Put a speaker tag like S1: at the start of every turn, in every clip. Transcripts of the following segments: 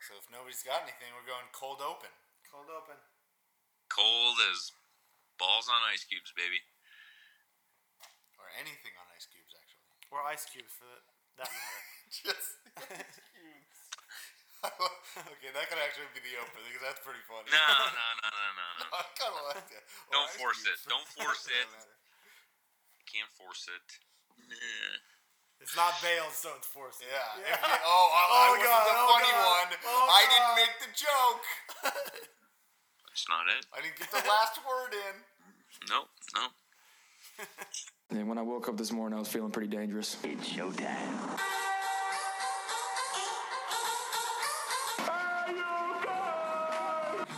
S1: So if nobody's got anything, we're going cold open.
S2: Cold open.
S3: Cold as balls on ice cubes, baby.
S1: Or anything on ice cubes, actually.
S2: Or ice cubes for that matter.
S1: Just ice cubes. okay, that could actually be the opener because that's pretty funny.
S3: No, no, no, no, no, no.
S1: I kind of like that. Or
S3: Don't
S1: ice
S3: force it.
S1: cubes.
S3: Don't force
S1: Doesn't
S3: it.
S1: matter.
S3: I can't force it. Nah.
S2: it's not bailed, so it's forced.
S1: Yeah. If you, oh, I, I
S2: Oh,
S1: wasn't
S2: God,
S1: the
S2: oh,
S1: funny
S2: God,
S1: one.
S2: oh,
S1: I
S2: God.
S1: didn't make the joke.
S3: That's not it.
S1: I didn't get the last word in.
S3: No, no.
S4: And when I woke up this morning, I was feeling pretty dangerous.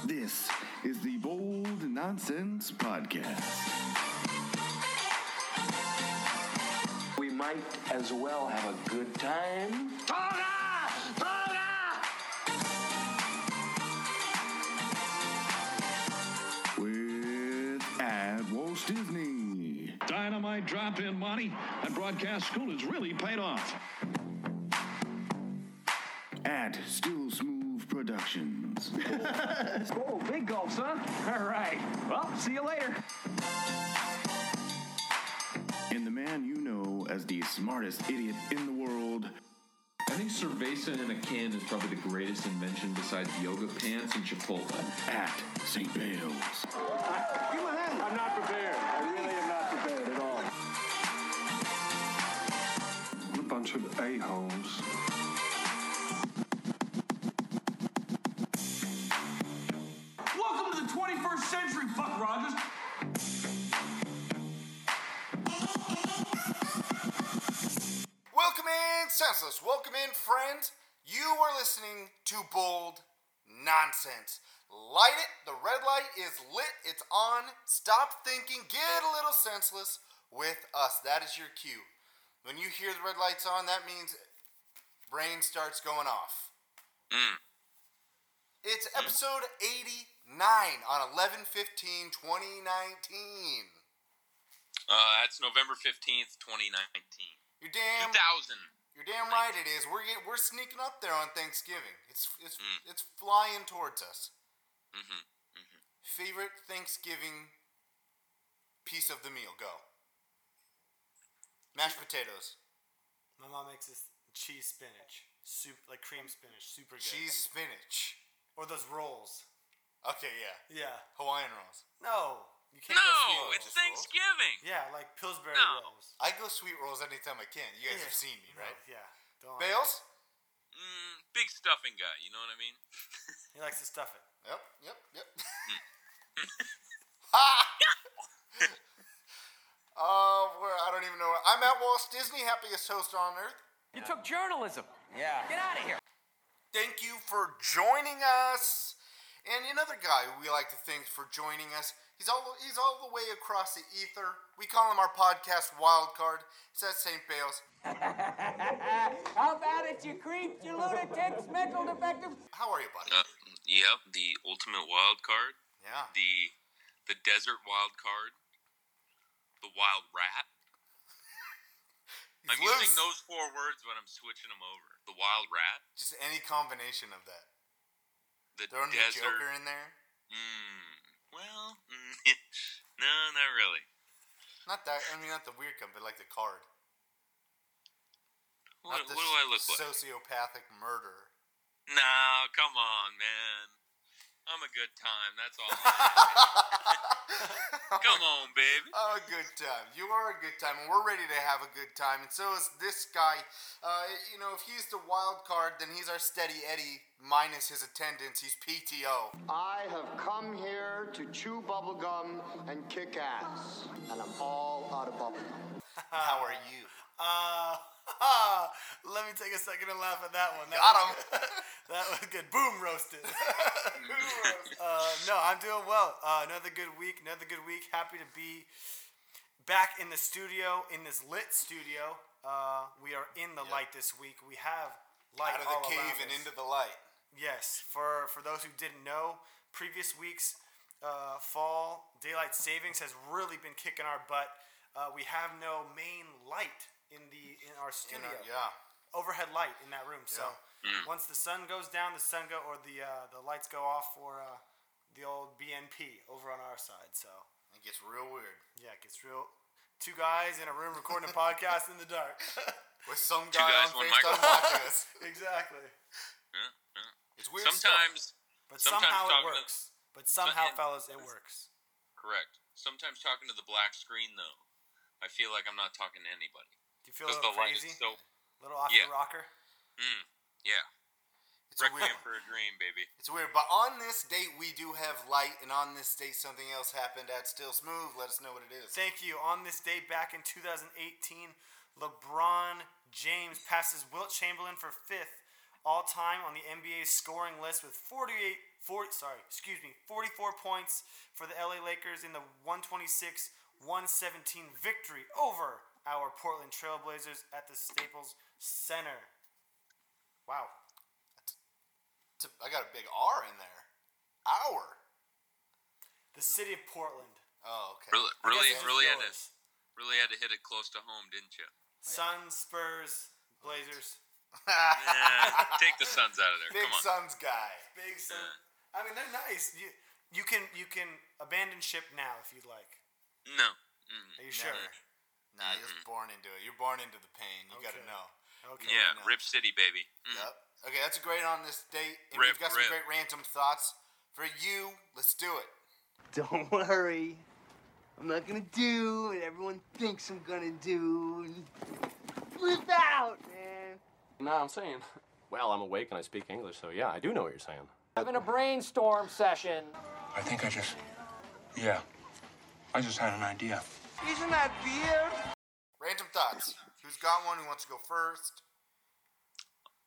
S5: This is the Bold Nonsense Podcast.
S6: We might as well have a good time.
S5: With at Walt Disney,
S7: Dynamite drop in, Monty. That broadcast school has really paid off.
S5: at Still Smooth Productions,
S6: Oh, big gulps, huh? All right. Well, see you later.
S5: and the man you know as the smartest idiot in the world,
S8: I think cerveza in a can is probably the greatest invention besides yoga pants and Chipotle.
S5: at St. Bale's.
S6: I'm not prepared. I really am not prepared at all.
S9: a bunch of a-holes.
S6: Welcome to the 21st century, Buck Rogers.
S1: Welcome in, Senseless. Welcome in, friends. You are listening to Bold Nonsense. Light it. The red light is lit. It's on. Stop thinking. Get a little senseless with us. That is your cue. When you hear the red light's on, that means brain starts going off.
S3: Mm.
S1: It's episode 89 on 11 15 2019.
S3: Uh, that's November 15th, 2019.
S1: You're damn
S3: 2000.
S1: You're damn right it is. We're get, we're sneaking up there on Thanksgiving. It's it's it's flying towards us.
S3: Mhm,
S1: Favorite Thanksgiving piece of the meal? Go. Mashed potatoes,
S2: My mom makes this cheese spinach. Soup, like cream spinach. Super good.
S1: cheese, spinach.
S2: Or those rolls.
S1: Okay, yeah,
S2: Yeah.
S1: Hawaiian rolls.
S2: No. You can't go sweet
S3: No,
S2: rolls.
S3: it's Thanksgiving.
S2: Yeah, like Pillsbury
S3: No.
S2: rolls.
S1: I go sweet rolls anytime I can. You guys
S2: Yeah.
S1: have seen me,
S2: No,
S1: right?
S2: yeah. Don't.
S1: Bales.
S3: Mm, big stuffing guy, you know what I mean?
S2: He likes to stuff it.
S1: Yep, yep, yep. ha! uh, where I don't even know. Where, I'm at Walt Disney, happiest host on earth.
S6: You took journalism. Yeah. Get out of here.
S1: thank you for joining us. And another guy we like to thank for joining us. He's all he's all the way across the ether. We call him our podcast wildcard. It's at St. Bale's.
S6: How about it, you creeps, you lunatics, mental defectives?
S1: How are you, buddy?
S3: Uh, yep, the ultimate wild card,
S1: Yeah.
S3: the the desert wild card, the wild rat. I'm
S1: He's loose.
S3: using those four words, but I'm switching them over. The wild rat,
S1: Just any combination of that.
S3: the
S1: Throwing the
S3: desert.
S1: Joker in there.
S3: Mm, well, mm, no, not really.
S1: Not that I mean not the weird kind, but like the card.
S3: What,
S1: not the
S3: what do I look like?
S1: Sociopathic murderer.
S3: No, come on, man. I'm a good time. That's all. come on, baby.
S1: A good time. You are a good time, and we're ready to have a good time. And so is this guy. Uh, you know, if he's the wild card, then he's our steady Eddie minus his attendance. He's PTO.
S10: I have come here to chew bubblegum and kick ass. And I'm all out of bubblegum.
S1: How are you?
S2: Uh, let me take a second and laugh at that one. That
S1: Got
S2: was
S1: him.
S2: good. that was good. Boom roasted. uh, no, I'm doing well. Uh, another good week. Another good week. Happy to be back in the studio, in this lit studio. Uh, we are in the light this week. We have light
S1: Out of the
S2: all
S1: cave
S2: around
S1: and
S2: us.
S1: into the light.
S2: Yes, for for those who didn't know, previous weeks uh, fall daylight savings has really been kicking our butt. Uh, we have no main light in the in our
S1: You
S2: studio,
S1: know, yeah.
S2: overhead light in that room. So
S1: Yeah.
S3: Mm.
S2: Once the sun goes down, the sun go or the uh, the lights go off for uh, the old BNP over on our side. So
S1: It gets real weird.
S2: yeah, it gets real. Two guys in a room recording a podcast in the dark.
S1: With some
S3: Two
S1: guy
S3: guys,
S1: on FaceTime
S3: one microphone.
S1: watching us.
S2: exactly.
S3: Yeah, yeah.
S1: It's weird
S3: Sometimes,
S1: stuff.
S2: But
S3: Sometimes
S2: somehow it
S3: talking to-
S2: works. But somehow,
S3: and-
S2: fellas, it works.
S3: correct. Sometimes talking to the black screen though, I feel like I'm not talking to anybody
S2: Do you feel a
S3: because the
S2: little
S3: light
S2: crazy?
S3: is so.
S2: little off
S3: yeah.
S2: the rocker?
S3: Mm, yeah,
S1: It's a weird
S3: Requiem for a Dream, baby.
S1: It's weird, but on this date we do have light, and on this date something else happened at Still Smooth. Let us know what it is.
S2: Thank you. On this day back in 2018, LeBron James passes Wilt Chamberlain for fifth all time on the NBA's scoring list with 48, 40, sorry, excuse me, 44 points for the LA Lakers in the 126-117 victory over our Portland Trailblazers at the Staples Center. Wow.
S1: It's a- I got a big R in there. Our.
S2: The city of Portland.
S1: Oh, okay.
S3: Really,
S2: I guess
S3: really,
S2: this is
S3: really had to,
S2: yours.
S3: really had to hit it close to home, didn't you?
S2: Suns, Spurs, Blazers.
S3: Yeah, take the Suns out of there.
S1: Big
S3: Come on.
S1: Suns guy.
S2: Big Sun. I mean, they're nice. You you can you can abandon ship now if you'd like.
S3: No. Mm.
S2: Are you sure?
S1: Nah, you're just born into it. You're born into the pain. You gotta
S2: Okay.
S1: know.
S2: Okay.
S3: Yeah,
S1: no.
S3: Rip City, baby. Mm.
S1: Yep. Okay, that's a great on this date. And
S3: Rip,
S1: we've got some
S3: rip.
S1: great random thoughts for you. Let's do it.
S11: Don't worry. I'm not gonna do what everyone thinks I'm gonna do. Flip out, man.
S12: No, I'm saying. Well, I'm awake and I speak English, so yeah, I do know what you're saying.
S6: Having a brainstorm session.
S9: I think I just. Yeah. I just had an idea.
S11: Isn't that weird?
S1: Random thoughts. Who's got one? Who wants to go first?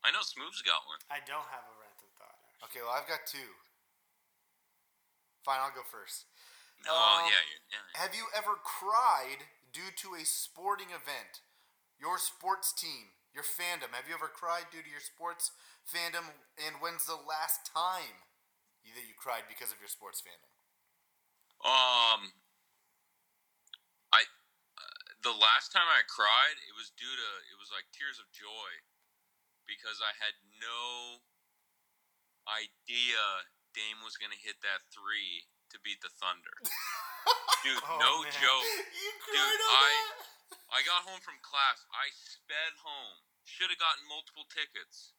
S3: I know Smooth's got one.
S2: I don't have a random thought. actually.
S1: Okay, well, I've got two. Fine, I'll go first.
S3: oh,
S1: Um,
S3: yeah, yeah, yeah.
S1: Have you ever cried due to a sporting event? Your sports team, your fandom. Have you ever cried due to your sports fandom? And when's the last time you- that you cried because of your sports fandom?
S3: Um, I uh, the last time I cried, it was due to it was like tears of joy because I had no idea Dame was gonna hit that three to beat the Thunder. Dude,
S2: Oh,
S3: no
S2: man.
S3: joke.
S1: You
S3: Dude, I I got home from class. I sped home. Should have gotten multiple tickets.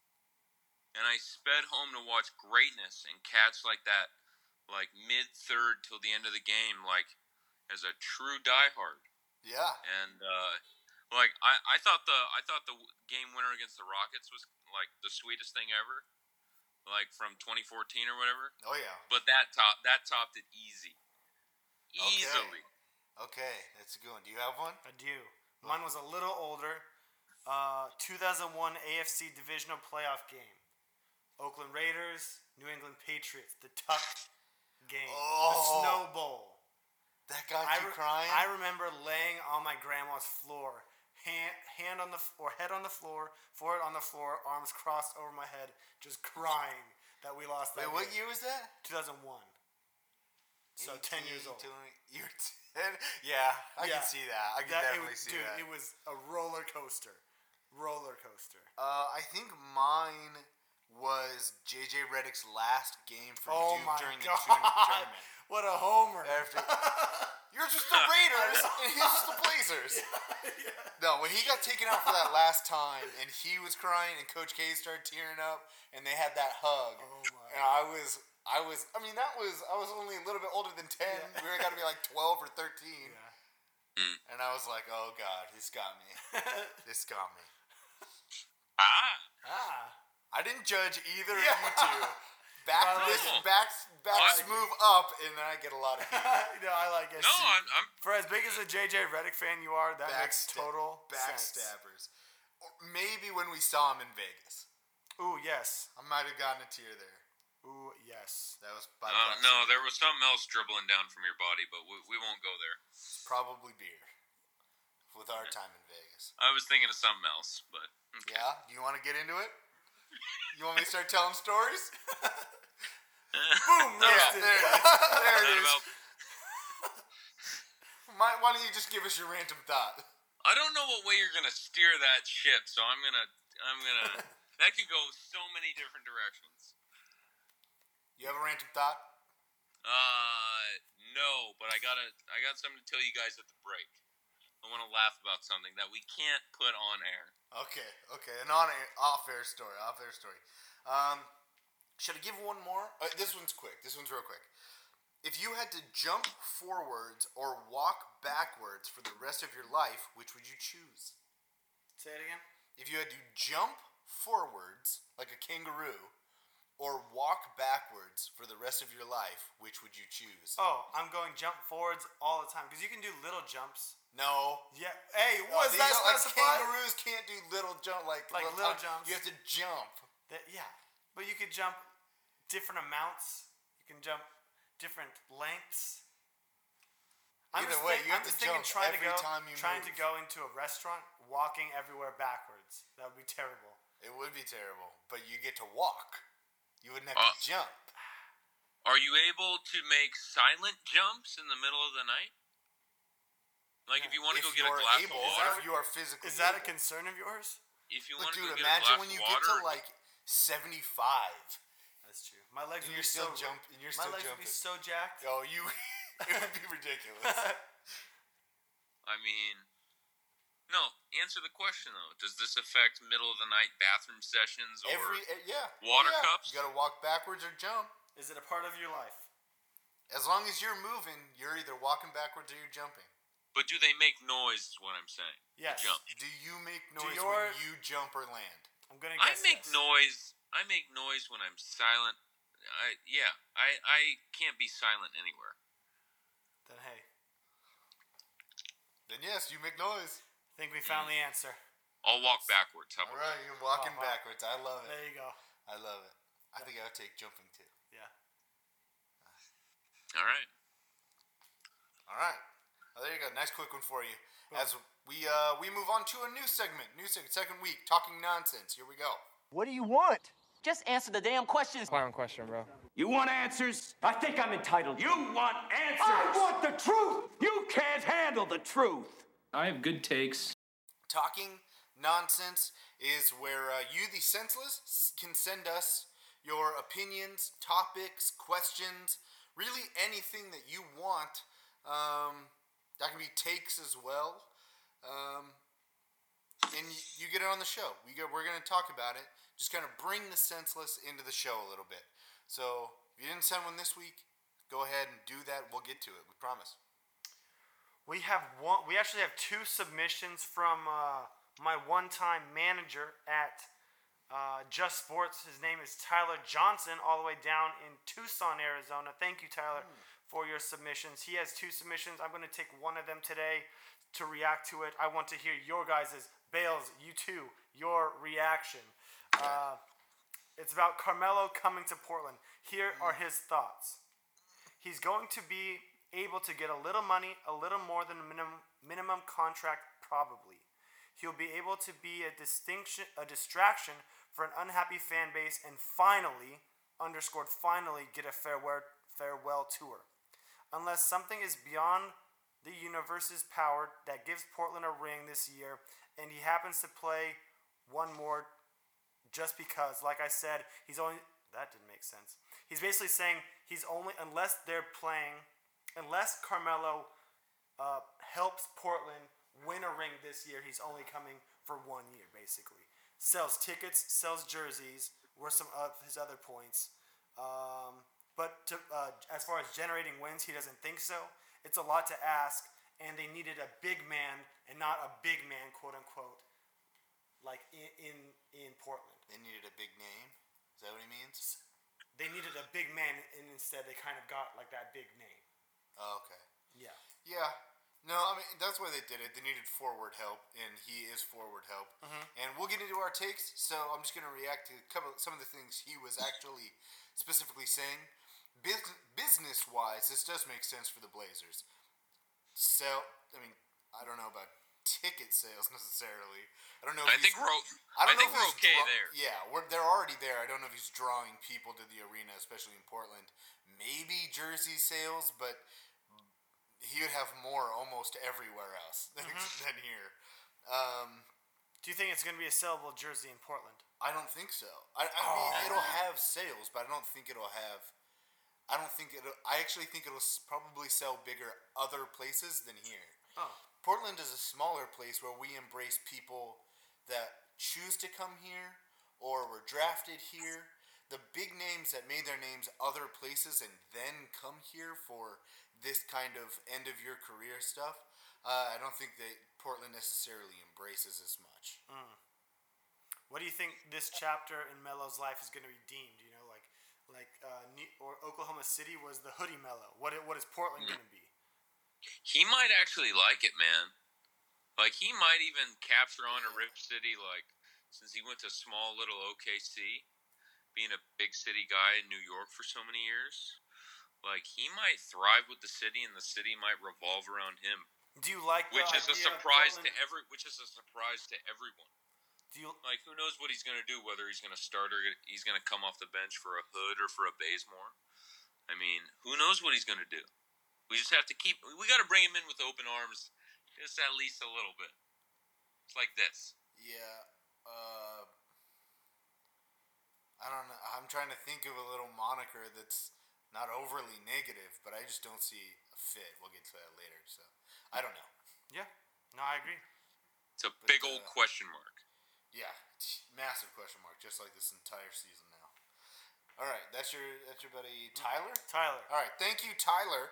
S3: And I sped home to watch greatness and cats like that, like mid third till the end of the game, like as a true diehard.
S1: Yeah.
S3: And uh, like I, I thought the I thought the game winner against the Rockets was like the sweetest thing ever, like from 2014 or whatever.
S1: Oh yeah.
S3: But that top that topped it easy,
S1: Okay.
S3: easily.
S1: Okay, that's a good one. Do you have one?
S2: I do. Mine was a little older. Uh, 2001 AFC divisional playoff game. Oakland Raiders, New England Patriots, the Tuck game, the
S1: Oh.
S2: Snow Bowl.
S1: That got
S2: I,
S1: you
S2: re-
S1: crying.
S2: I remember laying on my grandma's floor, hand, hand on the f- or head on the floor, forehead on the floor, arms crossed over my head, just crying that we lost that.
S1: Wait, what
S2: game.
S1: year was that?
S2: 2001. So 10 years old.
S1: 18, 20 You're ten. Yeah, I
S2: Yeah.
S1: can see that. I can
S2: That- it
S1: definitely
S2: was,
S1: see
S2: dude,
S1: that.
S2: it was a roller coaster. Roller coaster.
S1: Uh, I think mine was JJ Reddick's last game for
S2: oh
S1: Duke
S2: my
S1: during the
S2: god!
S1: tourna- tournament.
S2: What a homer!
S1: After, you're just the Raiders and he's just the Blazers. No, when he got taken out for that last time and he was crying and Coach K started tearing up and they had that hug.
S2: Oh
S1: And
S2: my.
S1: I was I was I mean that was I was only a little bit older than ten.
S2: Yeah.
S1: We were gotta be like twelve or thirteen.
S2: Yeah.
S1: And I was like, Oh god, this got me. this got me.
S3: Ah,
S2: Ah,
S1: I didn't judge either of
S2: Yeah.
S1: you two. Back
S2: Well,
S1: this
S3: no.
S1: back back
S3: I-
S1: move up and then I get a lot of heat.
S2: no, I like it.
S3: no, I'm, I'm
S2: For as big as a JJ Redick fan you are, that makes
S1: Backsta-
S2: total sense.
S1: backstabbers. Or maybe when we saw him in Vegas.
S2: Ooh yes.
S1: I might have gotten a tear there.
S2: Ooh yes.
S1: That was by
S3: Uh, no,
S1: proximity.
S3: there was something else dribbling down from your body, but we, we won't go there.
S1: probably beer. With our time in Vegas.
S3: I was thinking of something else, but
S1: Yeah? Do you want to get into it? You want me to start telling stories?
S2: Boom!
S1: yeah,
S2: Roasted.
S1: there it is. There it is.
S3: Not about,
S1: My, why don't you just give us your random thought?
S3: I don't know what way you're gonna steer that ship, so I'm gonna I'm gonna That could go so many different directions.
S1: You have a random thought?
S3: Uh, no, but I gotta, I got something to tell you guys at the break. I want to laugh about something that we can't put on air.
S1: Okay, okay, an on air, off air story, off air story. Um, should I give one more? Uh, this one's quick. This one's real quick. If you had to jump forwards or walk backwards for the rest of your life, which would you choose?
S2: Say it again.
S1: If you had to jump forwards like a kangaroo or walk backwards for the rest of your life, which would you choose?
S2: Oh, I'm going jump forwards all the time because you can do little jumps.
S1: No.
S2: Yeah. Hey, was
S1: Oh, these
S2: that
S1: are- like
S2: specified?
S1: kangaroos can't do little jump like
S2: Like
S1: li-
S2: little
S1: uh,
S2: jumps.
S1: You have to jump.
S2: That, yeah, but you could jump different amounts. You can jump different lengths.
S1: Either
S2: just
S1: way,
S2: think-
S1: you have
S2: I'm
S1: to
S2: just thinking
S1: jump
S2: trying
S1: every
S2: to go,
S1: time you
S2: trying
S1: move.
S2: to go into a restaurant, walking everywhere backwards. That would be terrible.
S1: It would be terrible, but you get to walk. You wouldn't have
S3: Uh,
S1: to jump.
S3: Are you able to make silent jumps in the middle of the night? Like if you want to go
S1: If
S3: get a
S1: you're
S3: glass
S1: able,
S3: of
S1: is
S3: water,
S1: that- if you are physically
S2: Is that a
S1: able.
S2: concern of yours?
S3: if you
S1: But
S3: want to
S1: dude,
S3: go get a
S1: imagine
S3: glass
S1: when you
S3: of water,
S1: get to like seventy-five.
S2: That's true. My legs
S1: and
S2: would
S1: you're
S2: be
S1: still
S2: so,
S1: jump. And you're
S2: my
S1: still
S2: legs would
S1: jumping.
S2: be so jacked.
S1: oh, you. it would be ridiculous.
S3: I mean, no. Answer the question though. Does this affect middle of the night bathroom sessions or
S1: Every eh, yeah.
S3: Water
S1: yeah.
S3: cups?
S1: You gotta walk backwards or jump.
S2: Is it a part of your life?
S1: As long as you're moving, you're either walking backwards or you're jumping.
S3: But do they make noise? Is what I'm saying. The
S2: Yes.
S3: Jump.
S1: Do you make noise
S2: your-
S1: when you jump or land?
S2: I'm gonna.
S3: I
S2: Guess
S3: make
S2: yes.
S3: noise. I make noise when I'm silent. I yeah. I I can't be silent anywhere.
S2: Then hey, I
S1: Then yes, you make noise.
S2: think we found the answer.
S3: I'll walk backwards. How
S1: All
S3: about
S1: right, you're walking
S2: Oh, wow.
S1: backwards. I love
S2: There
S1: it.
S2: you go.
S1: I love it. I think I would take jumping too.
S2: Yeah.
S3: All right.
S1: All right. Well, there you go. Nice quick one for you. As we uh, we move on to a new segment, new segment, second week, talking nonsense. Here we go.
S11: What do you want?
S6: Just answer the damn questions.
S13: Clown question, bro.
S9: You want answers?
S6: I think I'm entitled.
S9: You want answers?
S6: I want the truth.
S9: You can't handle the truth.
S8: I have good takes.
S1: Talking nonsense is where uh, you, the senseless, s- can send us your opinions, topics, questions, really anything that you want. Um, that can be takes as well. Um, and y- you get it on the show. We get, we're going to talk about it. Just kind of bring the senseless into the show a little bit. So if you didn't send one this week, go ahead and do that. We'll get to it. We promise.
S2: We have one. We actually have two submissions from uh, my one-time manager at uh, Just Sports. His name is Tyler Johnson, all the way down in Tucson, Arizona. Thank you, Tyler, for your submissions. He has two submissions. I'm going to take one of them today to react to it. I want to hear your guys' Bales. You too. Your reaction. Uh, it's about Carmelo coming to Portland. Here are his thoughts he's going to be able to get a little money, a little more than minimum minimum contract probably. He'll be able to be a distinction a distraction for an unhappy fan base and finally, underscored finally get a farewell farewell tour. Unless something is beyond the universe's power that gives Portland a ring this year and he happens to play one more just because, like I said, he's only that didn't make sense. He's basically saying he's only unless they're playing, unless Carmelo uh, helps Portland win a ring this year, he's only coming for one year. Basically, sells tickets, sells jerseys. Were some of his other points, um, but to, uh, as far as generating wins, he doesn't think so. It's a lot to ask, and they needed a big man and not a big man, quote unquote, like in in, in Portland.
S1: They needed a big name. Is that what he means?
S2: They needed a big man, and instead they kind of got like that big name.
S1: Oh, okay.
S2: Yeah.
S1: Yeah. No, I mean that's why they did it. They needed forward help, and he is forward help. And we'll get into our takes. So I'm just gonna react to a couple some of the things he was actually specifically saying. Bus- business wise, this does make sense for the Blazers. Sell. I mean, I don't know about ticket sales necessarily. I don't know. If
S3: I
S1: he's-
S3: think we're o-
S1: I don't
S3: I think
S1: know if
S3: we're
S1: he's
S3: okay
S1: draw-
S3: there.
S1: Yeah, we're, they're already there. I don't know if he's drawing people to the arena, especially in Portland. Maybe jersey sales, but he would have more almost everywhere
S3: Mm-hmm.
S1: else than here. Um,
S2: Do you think it's going to be a sellable jersey in Portland?
S1: I don't think so. I, I mean, it'll have sales, but I don't think it'll have. I don't think it'll. I actually think it'll s- probably sell bigger other places than here.
S2: Oh.
S1: Portland is a smaller place where we embrace people that choose to come here or were drafted here. The big names that made their names other places and then come here for this kind of end of your career stuff, uh, I don't think that Portland necessarily embraces as much.
S2: Mm. What do you think this chapter in Melo's life is going to be deemed? You know, like like uh, Ne- or Oklahoma City was the hoodie Melo. What i- what is Portland going to be?
S3: He might actually like it, man. Like he might even capture on a Rip City, like since he went to small little OKC, being a big city guy in New York for so many years. Like he might thrive with the city, and the city might revolve around him,
S2: Do you like the
S3: which is a
S2: idea of
S3: surprise to
S2: Portland-
S3: every, which is a surprise to everyone.
S2: Do you
S3: Like who knows what he's gonna do? Whether he's gonna start or he's gonna come off the bench for a Hood or for a Bazemore. I mean, who knows what he's gonna do? We just have to keep. We got to bring him in with open arms, just at least a little bit. It's like this.
S1: Yeah. Uh, I don't know. I'm trying to think of a little moniker that's not overly negative, but I just don't see a fit. We'll get to that later. So I don't know.
S2: Yeah. No, I agree.
S3: It's a big
S2: uh,
S3: old question mark.
S1: Yeah, it's massive question mark, just like this entire season now. All right, that's your that's your buddy Tyler.
S2: Tyler.
S1: All right, thank you, Tyler.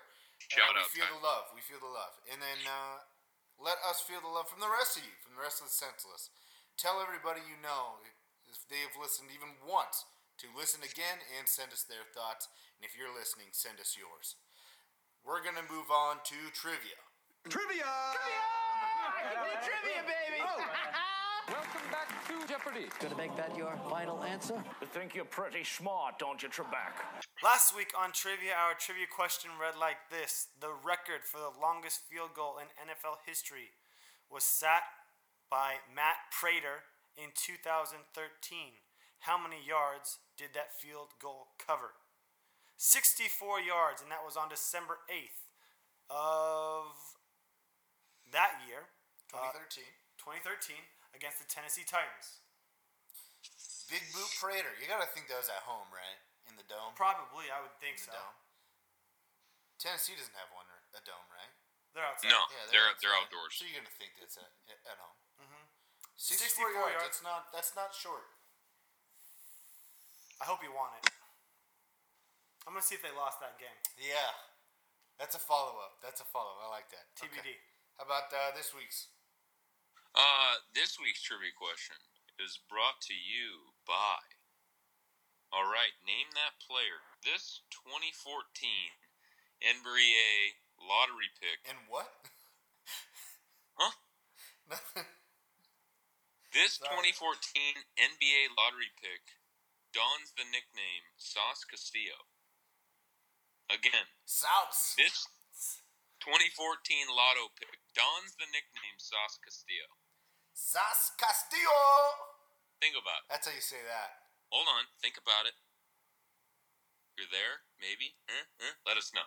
S3: Shout
S1: we
S3: out,
S1: feel the love. We feel the love, and then uh, let us feel the love from the rest of you, from the rest of the senseless. Tell everybody you know if they have listened even once to listen again and send us their thoughts. And if you're listening, send us yours. We're gonna move on to trivia.
S9: Trivia!
S11: Trivia, baby!
S9: Welcome back to Jeopardy. Gonna make that your final answer? You think you're pretty smart, don't you, Trebek?
S2: Last week on Trivia Hour, trivia question read like this The record for the longest field goal in NFL history was set by Matt Prater in 2013. How many yards did that field goal cover? 64 yards, and that was on December 8th of that year. uh,
S1: 2013.
S2: 2013 against the Tennessee Titans.
S1: Big Boot Prater. You gotta think that was at home, right? In the dome.
S2: Probably, I would think
S1: In
S2: so.
S1: the dome. Tennessee doesn't have one a dome, right?
S2: They're outside.
S3: No, they're
S1: outside.
S3: they're outdoors.
S1: So you're gonna think that's at, at home.
S2: Mhm.
S1: 64,
S2: 64
S1: yards.
S2: yards.
S1: That's not that's not short.
S2: I hope you want it. I'm gonna see if they lost that game.
S1: Yeah, that's a follow up. That's a follow. up. I like that.
S2: TBD.
S1: Okay. How about uh, this week's?
S3: Uh, this week's trivia question is brought to you by. All right, name that player. This 2014 NBA lottery pick.
S1: And what?
S3: Huh?
S1: Nothing.
S3: This
S1: Sorry.
S3: 2014 NBA lottery pick dons the nickname Sauce Castillo. Again,
S1: Sauce.
S3: this 2014 lotto pick dons the nickname Sauce Castillo.
S1: Sas Castillo.
S3: Think about it.
S1: That's how you say that.
S3: Hold on. Think about it. You're there, maybe? Eh, eh, Let us know.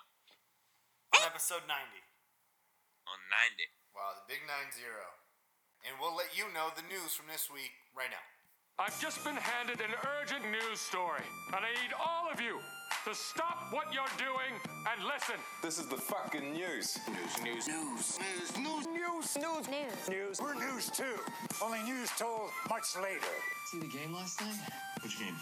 S2: On episode 90.
S3: On 90.
S1: Wow, the big nine zero. And we'll let you know the news from this week right now.
S9: I've just been handed an urgent news story, and I need all of you to stop what you're doing and listen.
S13: This is the fucking news. News, news, news, news, news, news, news, news, news. We're news too. Only news told much later.
S14: See the game last night?
S13: Which game?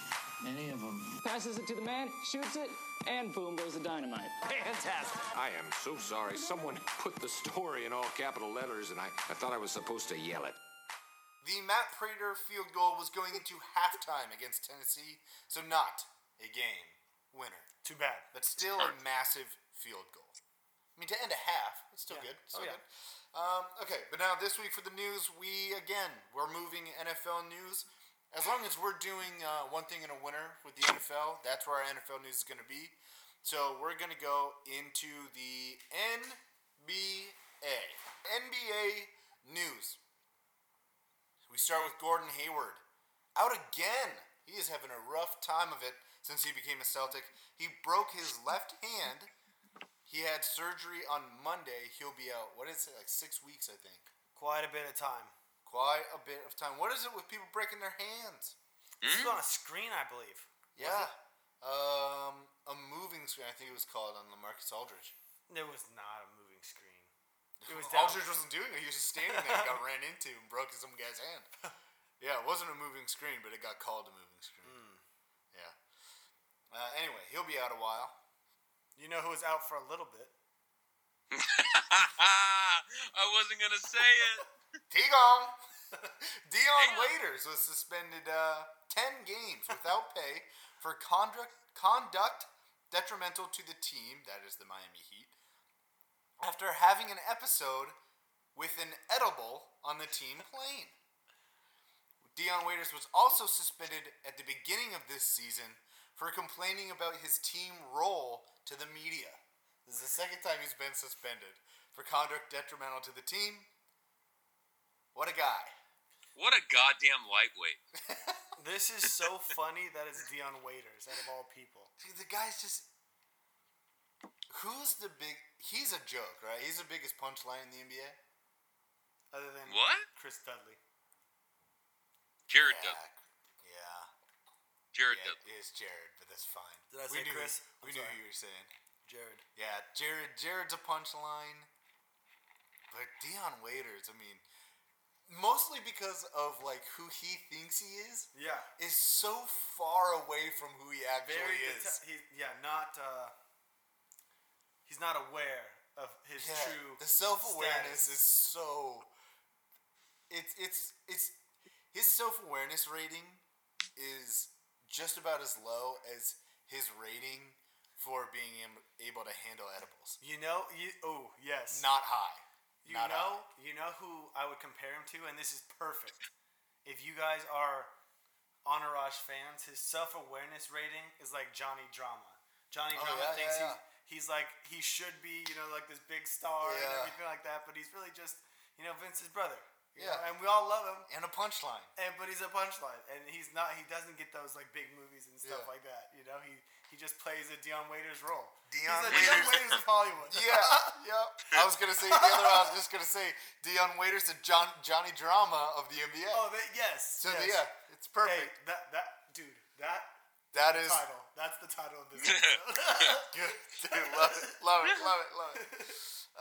S14: Any of them. Passes it to the man, shoots it, and boom goes the dynamite.
S9: Fantastic. I am so sorry. Someone put the story in all capital letters, and I, I thought I was supposed to yell it.
S1: The Matt Prater field goal was going into halftime against Tennessee, so not a game winner,
S2: Too bad.
S1: but still a massive field goal. I mean, to end a half, it's still good. Still
S2: Oh, yeah.
S1: good. Um, okay, but now this week for the news, we again we're moving NFL news. As long as we're doing uh, one thing in a winter with the NFL, that's where our NFL news is going to be. So we're going to go into the NBA. NBA news. We start with Gordon Hayward. Out again. He is having a rough time of it since he became a Celtic. He broke his left hand. He had surgery on Monday. He'll be out, what is it, like six weeks, I think.
S2: Quite a bit of time.
S1: Quite a bit of time. What is it with people breaking their hands?
S2: This was on a screen, I believe.
S1: Yeah. Um, a moving screen. I think it was called on Lamarcus Aldridge.
S2: It was not a moving screen. It was down-
S1: Aldridge wasn't doing it. He was just standing there and got ran into and broke some guy's hand. Yeah, it wasn't a moving screen, but it got called a moving screen. Yeah. Uh, anyway, he'll be out a while.
S2: You know who was out for a little bit?
S3: I wasn't gonna say it.
S1: Dion. Dion Waiters was suspended uh, 10 games without pay for conduct, conduct detrimental to the team, that is the Miami Heat, after having an episode with an edible on the team plane. Dion Waiters was also suspended at the beginning of this season for complaining about his team role to the media. This is the second time he's been suspended for conduct detrimental to the team. What a guy.
S3: What a goddamn lightweight.
S2: This is so funny that it's Dion Waiters out of all people.
S1: Dude, the guy's just. Who's the big. He's a joke, right? He's the biggest punchline in the NBA.
S2: Other than
S3: What?
S2: Chris Dudley.
S3: Jared does.
S1: Yeah.
S3: Jared
S1: yeah,
S3: does.
S1: it is Jared, but that's fine.
S2: Did I
S1: we
S2: say
S1: knew
S2: Chris?
S1: Who, we
S2: I'm
S1: knew
S2: sorry.
S1: who you were saying.
S2: Jared.
S1: Yeah, Jared. Jared's a punchline. But Dion Waiters, I mean, mostly because of like who he thinks he is,
S2: Yeah.
S1: is so far away from who he actually
S2: Very
S1: is.
S2: deta- he, yeah, not uh he's not aware of his
S1: Yeah,
S2: true
S1: the self-awareness
S2: status.
S1: is so it's it's it's his self-awareness rating is just about as low as his rating for being am- able to handle edibles
S2: You know, you oh, yes.
S1: not high
S2: You
S1: not
S2: know, you know who I would compare him to, and this is perfect. If you guys are Entourage fans, his self-awareness rating is like Johnny Drama. Johnny
S1: Oh,
S2: Drama
S1: yeah,
S2: thinks
S1: yeah,
S2: He's, he's like he should be, you know, like this big star and
S1: Yeah.
S2: everything like that, but he's really just, you know, Vince's brother. you know,
S1: Yeah.
S2: and we all love him,
S1: high. and a punchline
S2: and but he's a punchline, and he's not. He doesn't get those like big movies and stuff
S1: Yeah.
S2: like that. You know, he he just plays a Dion Waiters role.
S1: Dion
S2: he's a Dion
S1: Waiters.
S2: Waiters of Hollywood.
S1: yeah yeah i was gonna say the other i was just gonna say dion waiters the John, johnny drama of the nba
S2: Oh, that, yes.
S1: so
S2: yes.
S1: yeah it's
S2: Hey,
S1: perfect
S2: that that dude, that
S1: that is
S2: title. That's the title of this. episode.
S1: Good. Dude, love it. Love it. Love it. Love it.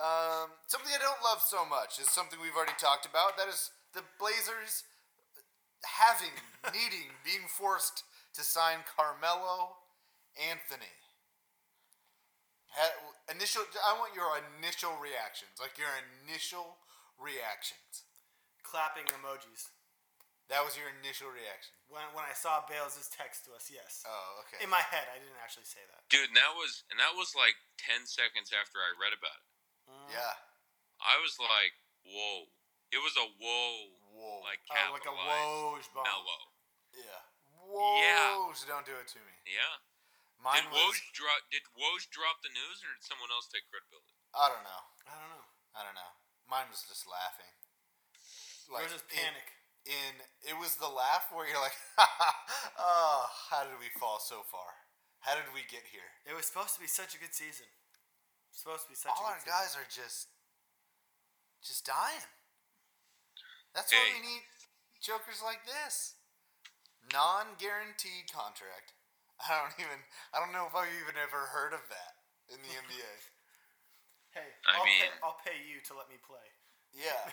S1: Um, something I don't love so much is something we've already talked about. That is the Blazers having, needing, being forced to sign Carmelo Anthony. Ha- initial. I want your initial reactions. Like your initial reactions.
S2: Clapping emojis.
S1: That was your initial reaction.
S2: When when I saw Bales' text to us, yes.
S1: Oh, okay.
S2: In my head, I didn't actually say that.
S3: Dude, and that was and that was like ten seconds after I read about it.
S1: yeah.
S3: I was like, whoa. It was a whoa,
S1: Whoa.
S3: like
S2: Oh, like a
S3: capitalized
S2: Woj bomb.
S3: mellow.
S1: yeah. Whoa. so Don't do it to me.
S3: Yeah.
S1: Mine
S3: did
S1: was.
S3: Woj drop? Did Woj drop the news, or did someone else take credibility?
S1: I don't know.
S2: I don't know.
S1: I don't know. Mine was just laughing.
S2: Like, Where's his
S1: in-
S2: panic?
S1: In, it was the laugh where you're like, "Oh, how did we fall so far? How did we get here?"
S2: It, was supposed to be such a good season. Supposed to be such
S1: All
S2: a
S1: our
S2: good season.
S1: guys are just, just dying. That's
S3: Hey.
S1: why we need jokers like this. Non-guaranteed contract. I don't even. I don't know if I've even ever heard of that in the NBA.
S2: Hey,
S3: I
S2: will pay,
S3: mean-
S2: I'll pay you to let me play.
S1: Yeah.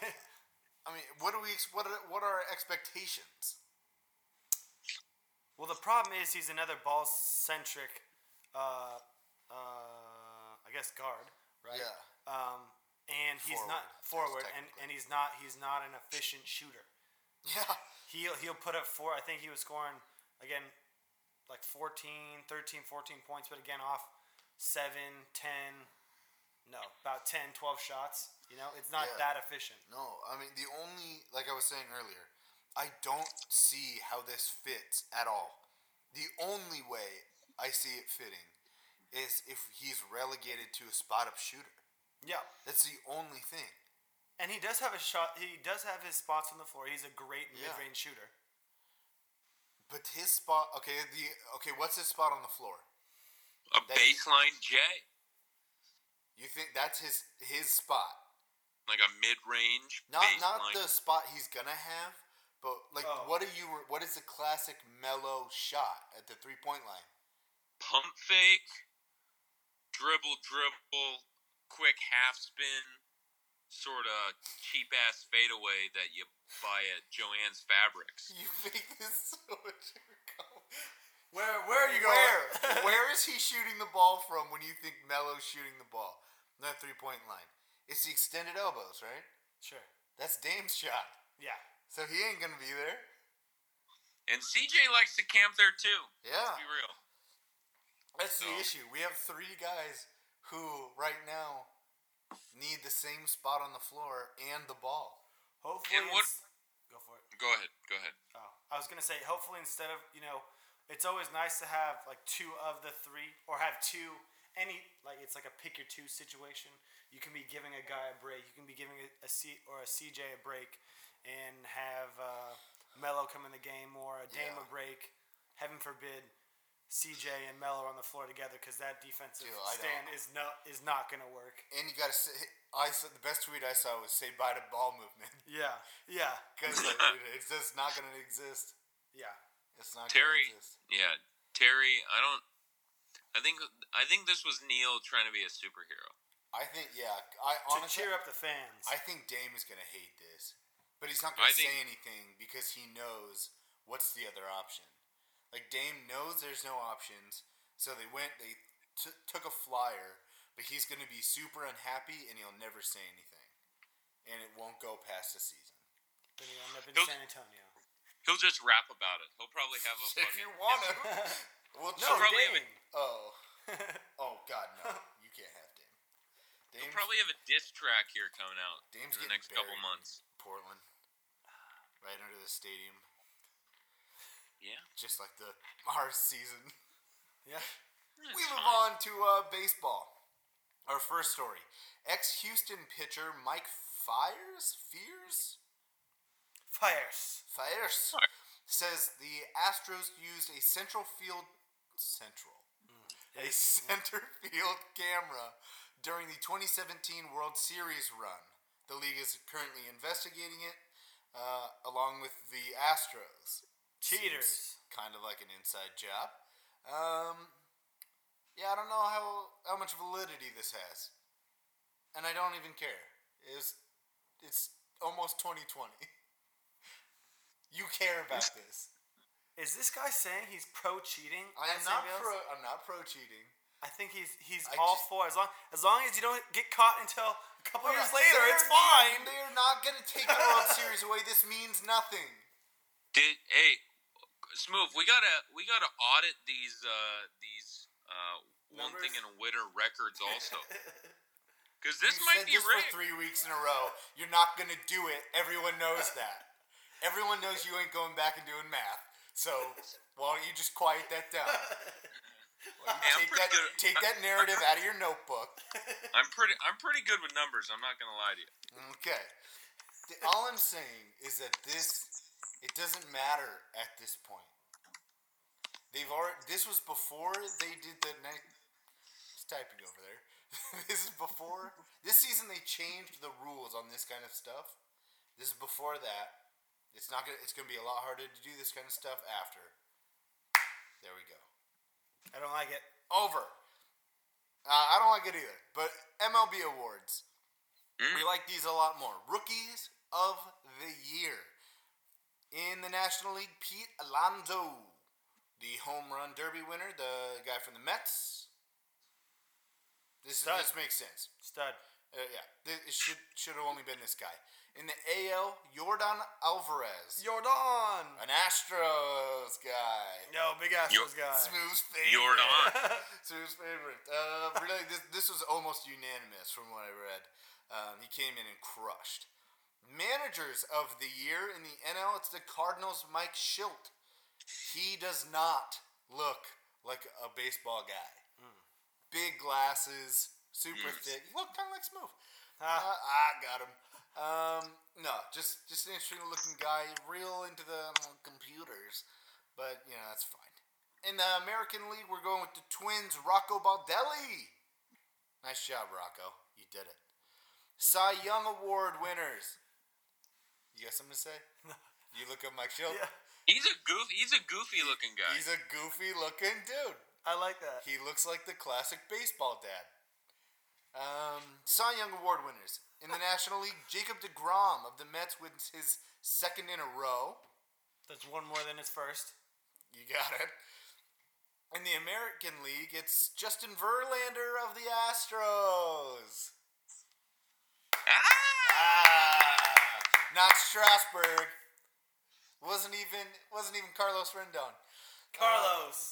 S1: I mean, what do we? ex- What are, what are our expectations?
S2: Well, the problem is he's another ball centric, uh, uh, I guess guard, right?
S1: Yeah.
S2: Um, and he's
S1: Forward,
S2: not
S1: I guess,
S2: forward, and,
S1: technically.
S2: and he's not he's not an efficient shooter.
S1: Yeah.
S2: He'll he'll put up four. I think he was scoring again, like 14, 13, 14 points, but again off 7, 10, no, about 10, 12 shots. You know, it's not
S1: Yeah.
S2: that efficient.
S1: No, I mean the only like I was saying earlier, I don't see how this fits at all. The only way I see it fitting is if he's relegated to a spot up shooter.
S2: Yeah.
S1: That's the only thing.
S2: And he does have a shot. He does have his spots on the floor. He's a great
S1: Yeah.
S2: mid range shooter.
S1: But his spot okay, the okay, what's his spot on the floor?
S3: A
S1: That-
S3: baseline J,
S1: You think that's his his spot.
S3: like a mid-range
S1: Not not
S3: baseline.
S1: the spot he's gonna have, But like, what are you? What is the classic mellow shot at the three point line?
S3: Pump fake, dribble, dribble, quick half spin, sort of cheap ass fadeaway that you buy at Joanne's Fabrics.
S1: You think this is what you're going?
S2: Where where are you
S1: Where
S2: going?
S1: where is he shooting the ball from when you think Melo's shooting the ball? That three point line. It's the extended elbows, right?
S2: Sure.
S1: That's Dame's shot.
S2: Yeah.
S1: So he ain't gonna be there.
S3: And CJ likes to camp there too.
S1: Yeah.
S3: Let's be real.
S1: That's the issue. We have three guys who right now need the same spot on the floor and the ball.
S2: Hopefully,
S3: And what-
S2: ins- go for it.
S3: Go ahead. Go ahead.
S2: Oh, I was gonna say, hopefully, instead of you know, it's always nice to have like two of the three, or have two. Any like it's like a pick your two situation. You can be giving a guy a break. You can be giving a, a C or a CJ a break, and have uh, Mello come in the game or a Dame a break. Heaven forbid, CJ and Mello on the floor together because that defensive
S1: Dude, I don't-
S2: stand is not is not gonna work.
S1: And you gotta say, I saw the best tweet I saw was say bye to ball movement
S2: Yeah, yeah,
S1: because it's just not gonna exist.
S2: yeah.
S1: It's not
S3: Terry.
S1: gonna exist.
S3: Yeah, Terry. I don't. I think. I think this was Neil trying to be a superhero.
S1: I think yeah. I
S2: To
S1: honestly,
S2: cheer up the fans.
S1: I think Dame is gonna hate this, but he's not gonna
S3: I think-
S1: say anything because he knows what's the other option. Like Dame knows there's no options, so they went. They t- took a flyer, but he's gonna be super unhappy, and he'll never say anything, and it won't go past the season.
S2: Then you end up in
S3: Nope.
S2: San Antonio.
S3: He'll just rap about it. He'll probably have a.
S1: If
S3: fucking-
S1: you want him, well,
S3: He'll probably have a,
S1: Oh, oh God, no! You can't have Dame.
S3: he'll
S1: Dame's,
S3: probably have a diss track here coming out
S1: Dame's
S3: in
S1: getting
S3: the next couple
S1: buried.
S3: months.
S1: Portland, right under the stadium,
S3: Yeah.
S1: just like the our season.
S2: Yeah.
S1: We move on to uh, baseball. Our first story: ex-Houston pitcher Mike Fires, Fears,
S2: Fires.
S1: Fires says the Astros used a central field central a center field camera during the 2017 World Series run. The league is currently investigating it, uh, along with the Astros.
S2: Cheaters.
S1: Kind of like an inside job. Um, yeah, I don't know how how much validity this has, and I don't even care. It's it's almost 2020. you care about this?
S2: Is this guy saying he's pro cheating?
S1: I am
S2: at
S1: not
S2: St. Louis?
S1: pro. I'm not pro cheating.
S2: I think he's he's
S1: I
S2: all
S1: just-
S2: for as long as long as you don't get caught until a
S1: Well,
S2: couple years later,
S1: they're-
S2: it's fine.
S1: They are not going to take the World Series away. This means nothing.
S3: Did hey, Smooth? We gotta we gotta audit these uh these uh one
S1: Numbers?
S3: thing in a winter records also. Because
S1: You
S3: this might
S1: said
S3: be
S1: this
S3: rigged.
S1: for three weeks in a row. You're not going to do it. Everyone knows that. Everyone knows you ain't going back and doing math. So why don't you just quiet that down? Why don't you
S3: Hey, I'm
S1: take,
S3: pretty
S1: that,
S3: good at-
S1: take that narrative out of your notebook.
S3: I'm pretty I'm pretty good with numbers. I'm not gonna lie to you.
S1: Okay. The, all I'm saying is that this it doesn't matter at this point. They've already this was before they did the night it's typing over there. this is before this season they changed the rules on this kind of stuff. This is before that. It's not gonna it's gonna be a lot harder to do this kind of stuff after. There we go.
S2: I don't like it.
S1: Over. Uh, I don't like it either. But MLB awards. We like these a lot more. Rookies of the year. In the National League, Pete Alonso, the home run derby winner, the guy from the Mets. This, is,
S2: Stud.
S1: this makes sense.
S2: Stud.
S1: Uh, yeah, Th- it should should have only been this guy. In the AL, Jordan Alvarez,
S2: Jordan.
S1: an Astros guy.
S2: No, big ass
S3: Yo-
S2: this guy.
S1: Smooth's
S3: You're
S1: favorite.
S3: on.
S1: Smooth's favorite. Uh, really, this, this was almost unanimous from what I read. Um, he came in and crushed. Managers of the year in the NL, it's the Cardinals' Mike Schilt. He does not look like a baseball guy. Big glasses, super thick. He looked kind of like Smooth. Uh, I
S2: Ah,
S1: got him. Um, no, just just an interesting looking guy, real into the um, computers, but you know that's fine. In the American League, we're going with the Twins. Rocco Baldelli. Nice job, Rocco. You did it. Cy Young Award winners. You got something to say? You look up Mike Schilt.
S3: He's a goof. He's a goofy looking guy.
S1: He's a goofy looking dude.
S2: I like that.
S1: He looks like the classic baseball dad. Um, Cy Young Award winners in the National League. Jacob DeGrom of the Mets wins his second in a row.
S2: That's one more than his first.
S1: Uh, You got it. In the American League, it's Justin Verlander of the Astros. Ah! Not Strasburg. Wasn't even wasn't even Carlos Rendon.
S2: Carlos.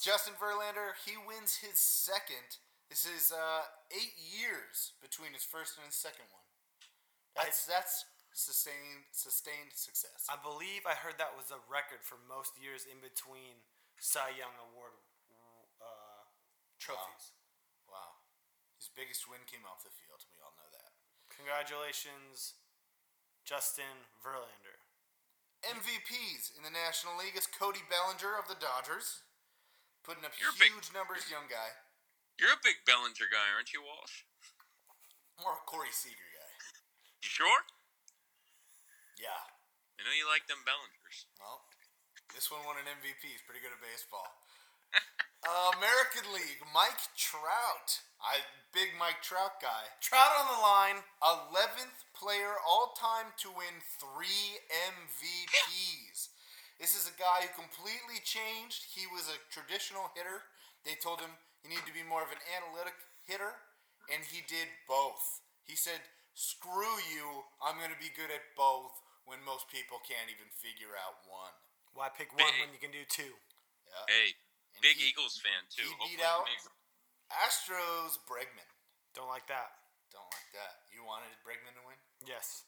S1: Uh, Justin Verlander, he wins his second. This is uh, eight years between his first and his second one. That's that's sustained sustained success.
S2: I believe I heard that was a record for most years in between Cy Young Award uh, trophies.
S1: Wow. His biggest win came off the field. We all know that.
S2: Congratulations, Justin Verlander.
S1: MVPs in the National League is Cody Bellinger of the Dodgers, putting up
S3: You're a big-
S1: huge numbers, young guy.
S3: You're a big Bellinger guy, aren't you, Walsh?
S1: More a Corey Seager guy.
S3: You sure?
S1: Yeah.
S3: I know you like them Bellingers.
S1: Well, this one won an MVP. He's pretty good at baseball. Uh, American League, Mike Trout. I big Mike Trout guy.
S2: Trout on the line.
S1: Eleventh player all time to win three MVPs. This is a guy who completely changed. He was a traditional hitter. They told him you need to be more of an analytic hitter, and he did both. He said, "Screw you! I'm going to be good at both when most people can't even figure out one."
S2: Why pick one when you can do two?
S3: Hey, big Eagles fan too.
S1: Uh, he beat
S3: Hopefully
S1: out
S3: makes-
S1: Astros Bregman.
S2: Don't like that.
S1: Don't like that. You wanted Bregman to win?
S2: Yes.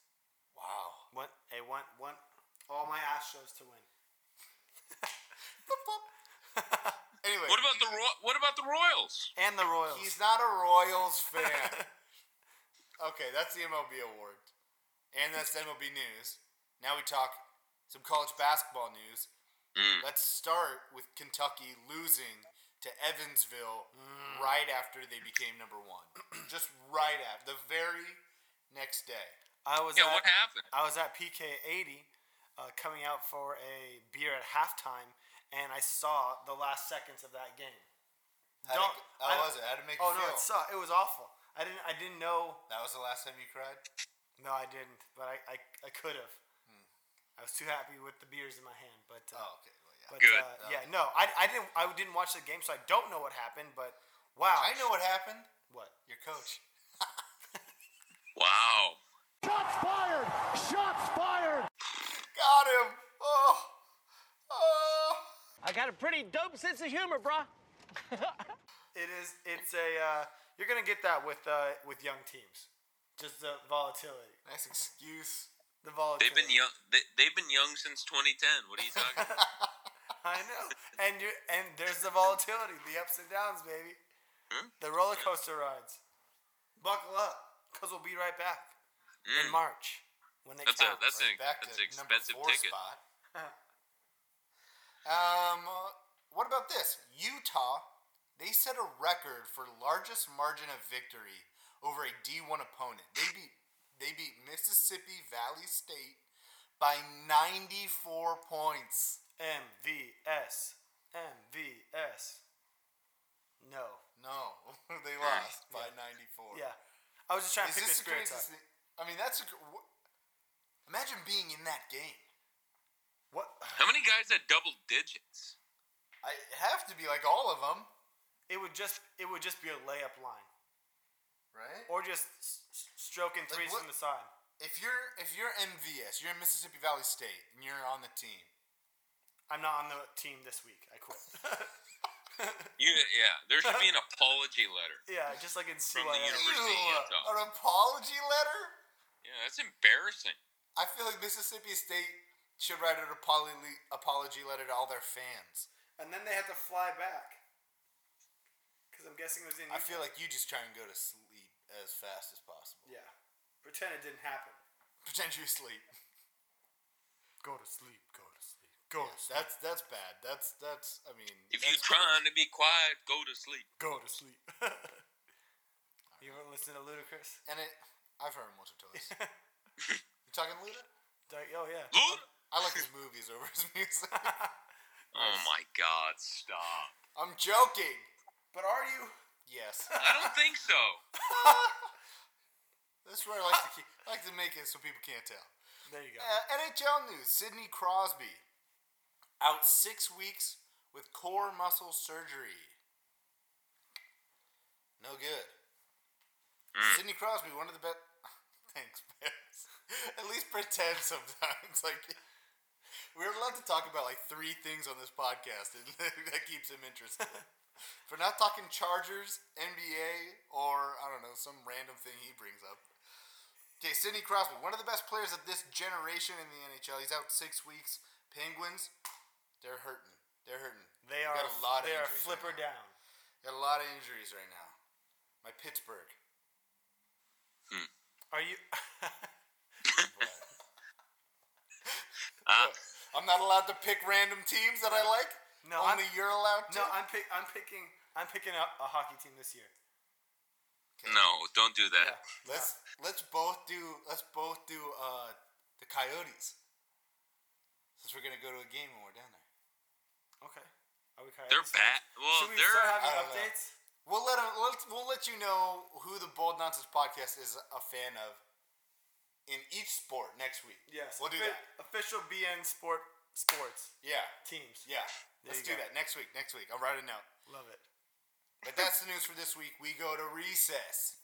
S1: Wow.
S2: What? Hey, want want all my Astros to win.
S1: Anyway,
S3: What about the Ro- What about the Royals?
S2: And the Royals.
S1: he's not a Royals fan. okay, that's the MLB award, and that's MLB news. Now we talk some college basketball news. Let's start with Kentucky losing to Evansville
S2: Mm.
S1: right after they became number one. Just right after the very next day.
S2: I was
S3: Yeah,
S2: at,
S3: what happened?
S2: I was at PK eighty, uh, coming out for a beer at halftime, and I saw the last seconds of that game.
S1: How'd it g- how
S2: I-
S1: was it? How'd it make you
S2: oh, no,
S1: feel?
S2: it sucked. It was awful. I didn't. I didn't know.
S1: That was the last time you cried.
S2: No, I didn't. But I. I, I could have. I was too happy with the beers in my hand. But. Uh,
S1: Hmm. Oh, okay.
S2: But,
S3: Good.
S2: Uh, yeah. No, I, I didn't. I didn't watch the game, so I don't know what happened. But wow.
S1: I know what happened.
S2: What?
S1: Your coach.
S3: Wow.
S13: Shots fired! Shots fired!
S1: Got him. Oh. Oh.
S6: I got a pretty dope sense of humor, bruh.
S2: It is. It's a. Uh, you're gonna get that with uh, with young teams. Just the volatility.
S1: Nice excuse.
S2: The volatility.
S3: They've been young. They, they've been young since 2010. What are you talking? about?
S2: I know. And you and there's the volatility, the ups and downs, baby.
S3: Hmm?
S2: The roller coaster rides. Buckle up, cause we'll be right back in March when they
S3: Hmm. That's a
S2: count.
S3: that's an
S1: Back to
S3: that's an
S1: number
S3: expensive
S1: four
S3: ticket.
S1: spot. Um, uh, what about this? Utah, they set a record for largest margin of victory over a D1 opponent. They beat they beat Mississippi Valley State by 94 points.
S2: MVS, MVS. No,
S1: No, they lost by 94.
S2: yeah. I was just trying
S1: Is
S2: to pick
S1: this
S2: the
S1: the
S2: spirits
S1: craziest
S2: up.
S1: thing? I mean, that's a. gr- wh- Imagine being in that game.
S2: What?
S3: How many guys had double digits?
S1: I it have to be like all of them,
S2: It would just it would just be a layup line,
S1: right?
S2: or just s- s- stroking threes
S1: what-
S2: from the side.
S1: If you're if you're MVS, you're in Mississippi Valley State, and you're on the team.
S2: I'm not on the team this week. I quit.
S3: You, yeah, there should be an apology letter.
S2: yeah, just like in CYA.
S3: From the university. University of Utah.
S1: an apology letter?
S3: Yeah, that's embarrassing.
S1: I feel like Mississippi State should write an apology apology letter to all their fans.
S2: And then they had to fly back. Because I'm guessing it was in.
S1: I feel
S2: Utah.
S1: like you just try and go to sleep as fast as possible.
S2: Yeah. Pretend it didn't happen.
S1: Pretend you sleep.
S2: Go to sleep. Go to sleep.
S1: Go. that's that's bad. That's that's. I mean,
S3: If
S1: that's-
S3: you're trying to be quiet, go to sleep.
S2: Go to sleep. you ever listen to Ludacris?
S1: and it, I've heard him once or twice. you talking Luda?
S2: Like, oh yeah.
S3: Luda,
S1: I like his movies over his music.
S3: Oh my God! Stop.
S1: I'm joking. But are you? Yes.
S3: I don't think so.
S1: That's where I like to keep, I like to make it so people can't tell.
S2: There you go.
S1: Uh, NHL news: Sidney Crosby out six weeks with core muscle surgery. No good. Sidney Crosby, one of the best. Thanks, Bears. At least pretend sometimes. Like we're allowed to talk about like three things on this podcast, and that keeps him interested. If we're not talking Chargers, NBA, or I don't know some random thing he brings up. Okay, Sidney Crosby, one of the best players of this generation in the NHL. He's out six weeks. Penguins, they're hurting. They're hurting.
S2: They
S1: We've
S2: are.
S1: got a lot of
S2: they are
S1: injuries right
S2: flipper
S1: now.
S2: down.
S1: Got a lot of injuries right now. My Pittsburgh.
S2: Are you?
S3: Uh,
S1: I'm not allowed to pick random teams that I like.
S2: No,
S1: only
S2: I'm,
S1: you're allowed to.
S2: No, I'm pick, I'm picking. I'm picking up a hockey team this year.
S3: No, don't do that.
S1: Let's let's both do let's both do uh, the Coyotes. Since we're gonna go to a game when we're down there.
S2: Okay. Are we Coyotes
S3: They're
S2: fans?
S3: bad. Well,
S2: Should we
S3: they're
S2: start having
S1: I don't know.
S2: updates?
S1: We'll let 'em- let's, we'll let you know who the Bold Nonsense podcast is a fan of in each sport next week.
S2: Yes.
S1: we'll do
S2: Offi-
S1: that.
S2: Official BN Sport Sports
S1: Yeah,
S2: teams.
S1: yeah.
S2: There
S1: let's do
S2: you go.
S1: that next week. Next week, I'll write a note.
S2: Love it.
S1: But that's the news for this week. We go to recess.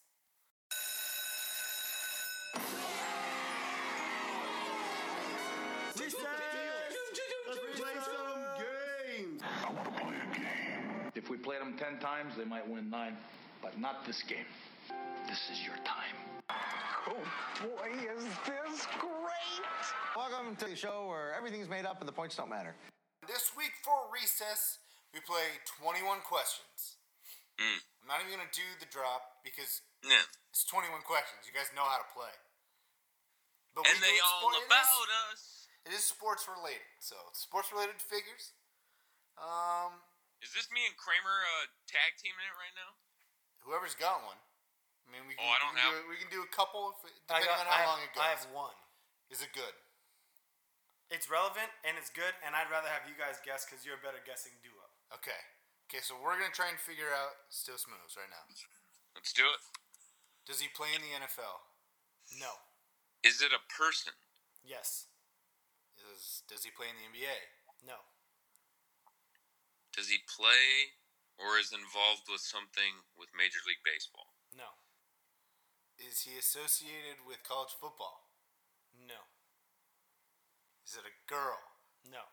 S15: I want to play a game. If we played them 10 times, they might win 9, but not this game. This is your time.
S13: Oh boy, is this great! Welcome to the show where everything's made up and the points don't matter.
S1: This week for recess, we play 21 questions.
S3: Mm.
S1: I'm not even going to do the drop because
S3: No.
S1: it's 21 questions. You guys know how to play.
S3: And
S1: we do
S3: they
S1: it
S3: all
S1: sport- it is-
S3: about us.
S1: It is sports related, so sports related figures. Um,
S3: Is this me and Kramer uh, tag teaming it right now?
S1: whoever's got one. I mean, we can,
S3: Oh, I don't
S1: we can,
S3: have-
S1: do, we can do a couple if, it-
S2: I
S1: depending
S2: got-
S1: on
S2: I
S1: how
S2: have-
S1: long it goes.
S2: I have one.
S1: Is it good?
S2: It's relevant and it's good, and I'd rather have you guys guess because you're a better guessing duo.
S1: Okay. Okay, so we're gonna try and figure out Still Smooths right now.
S3: Let's do it.
S1: Does he play in the NFL?
S2: No.
S3: Is it a person?
S2: Yes.
S1: Is, does he play in the NBA?
S2: No.
S3: Does he play or is involved with something with Major League Baseball?
S2: No.
S1: Is he associated with college football?
S2: No.
S1: Is it a girl?
S2: No.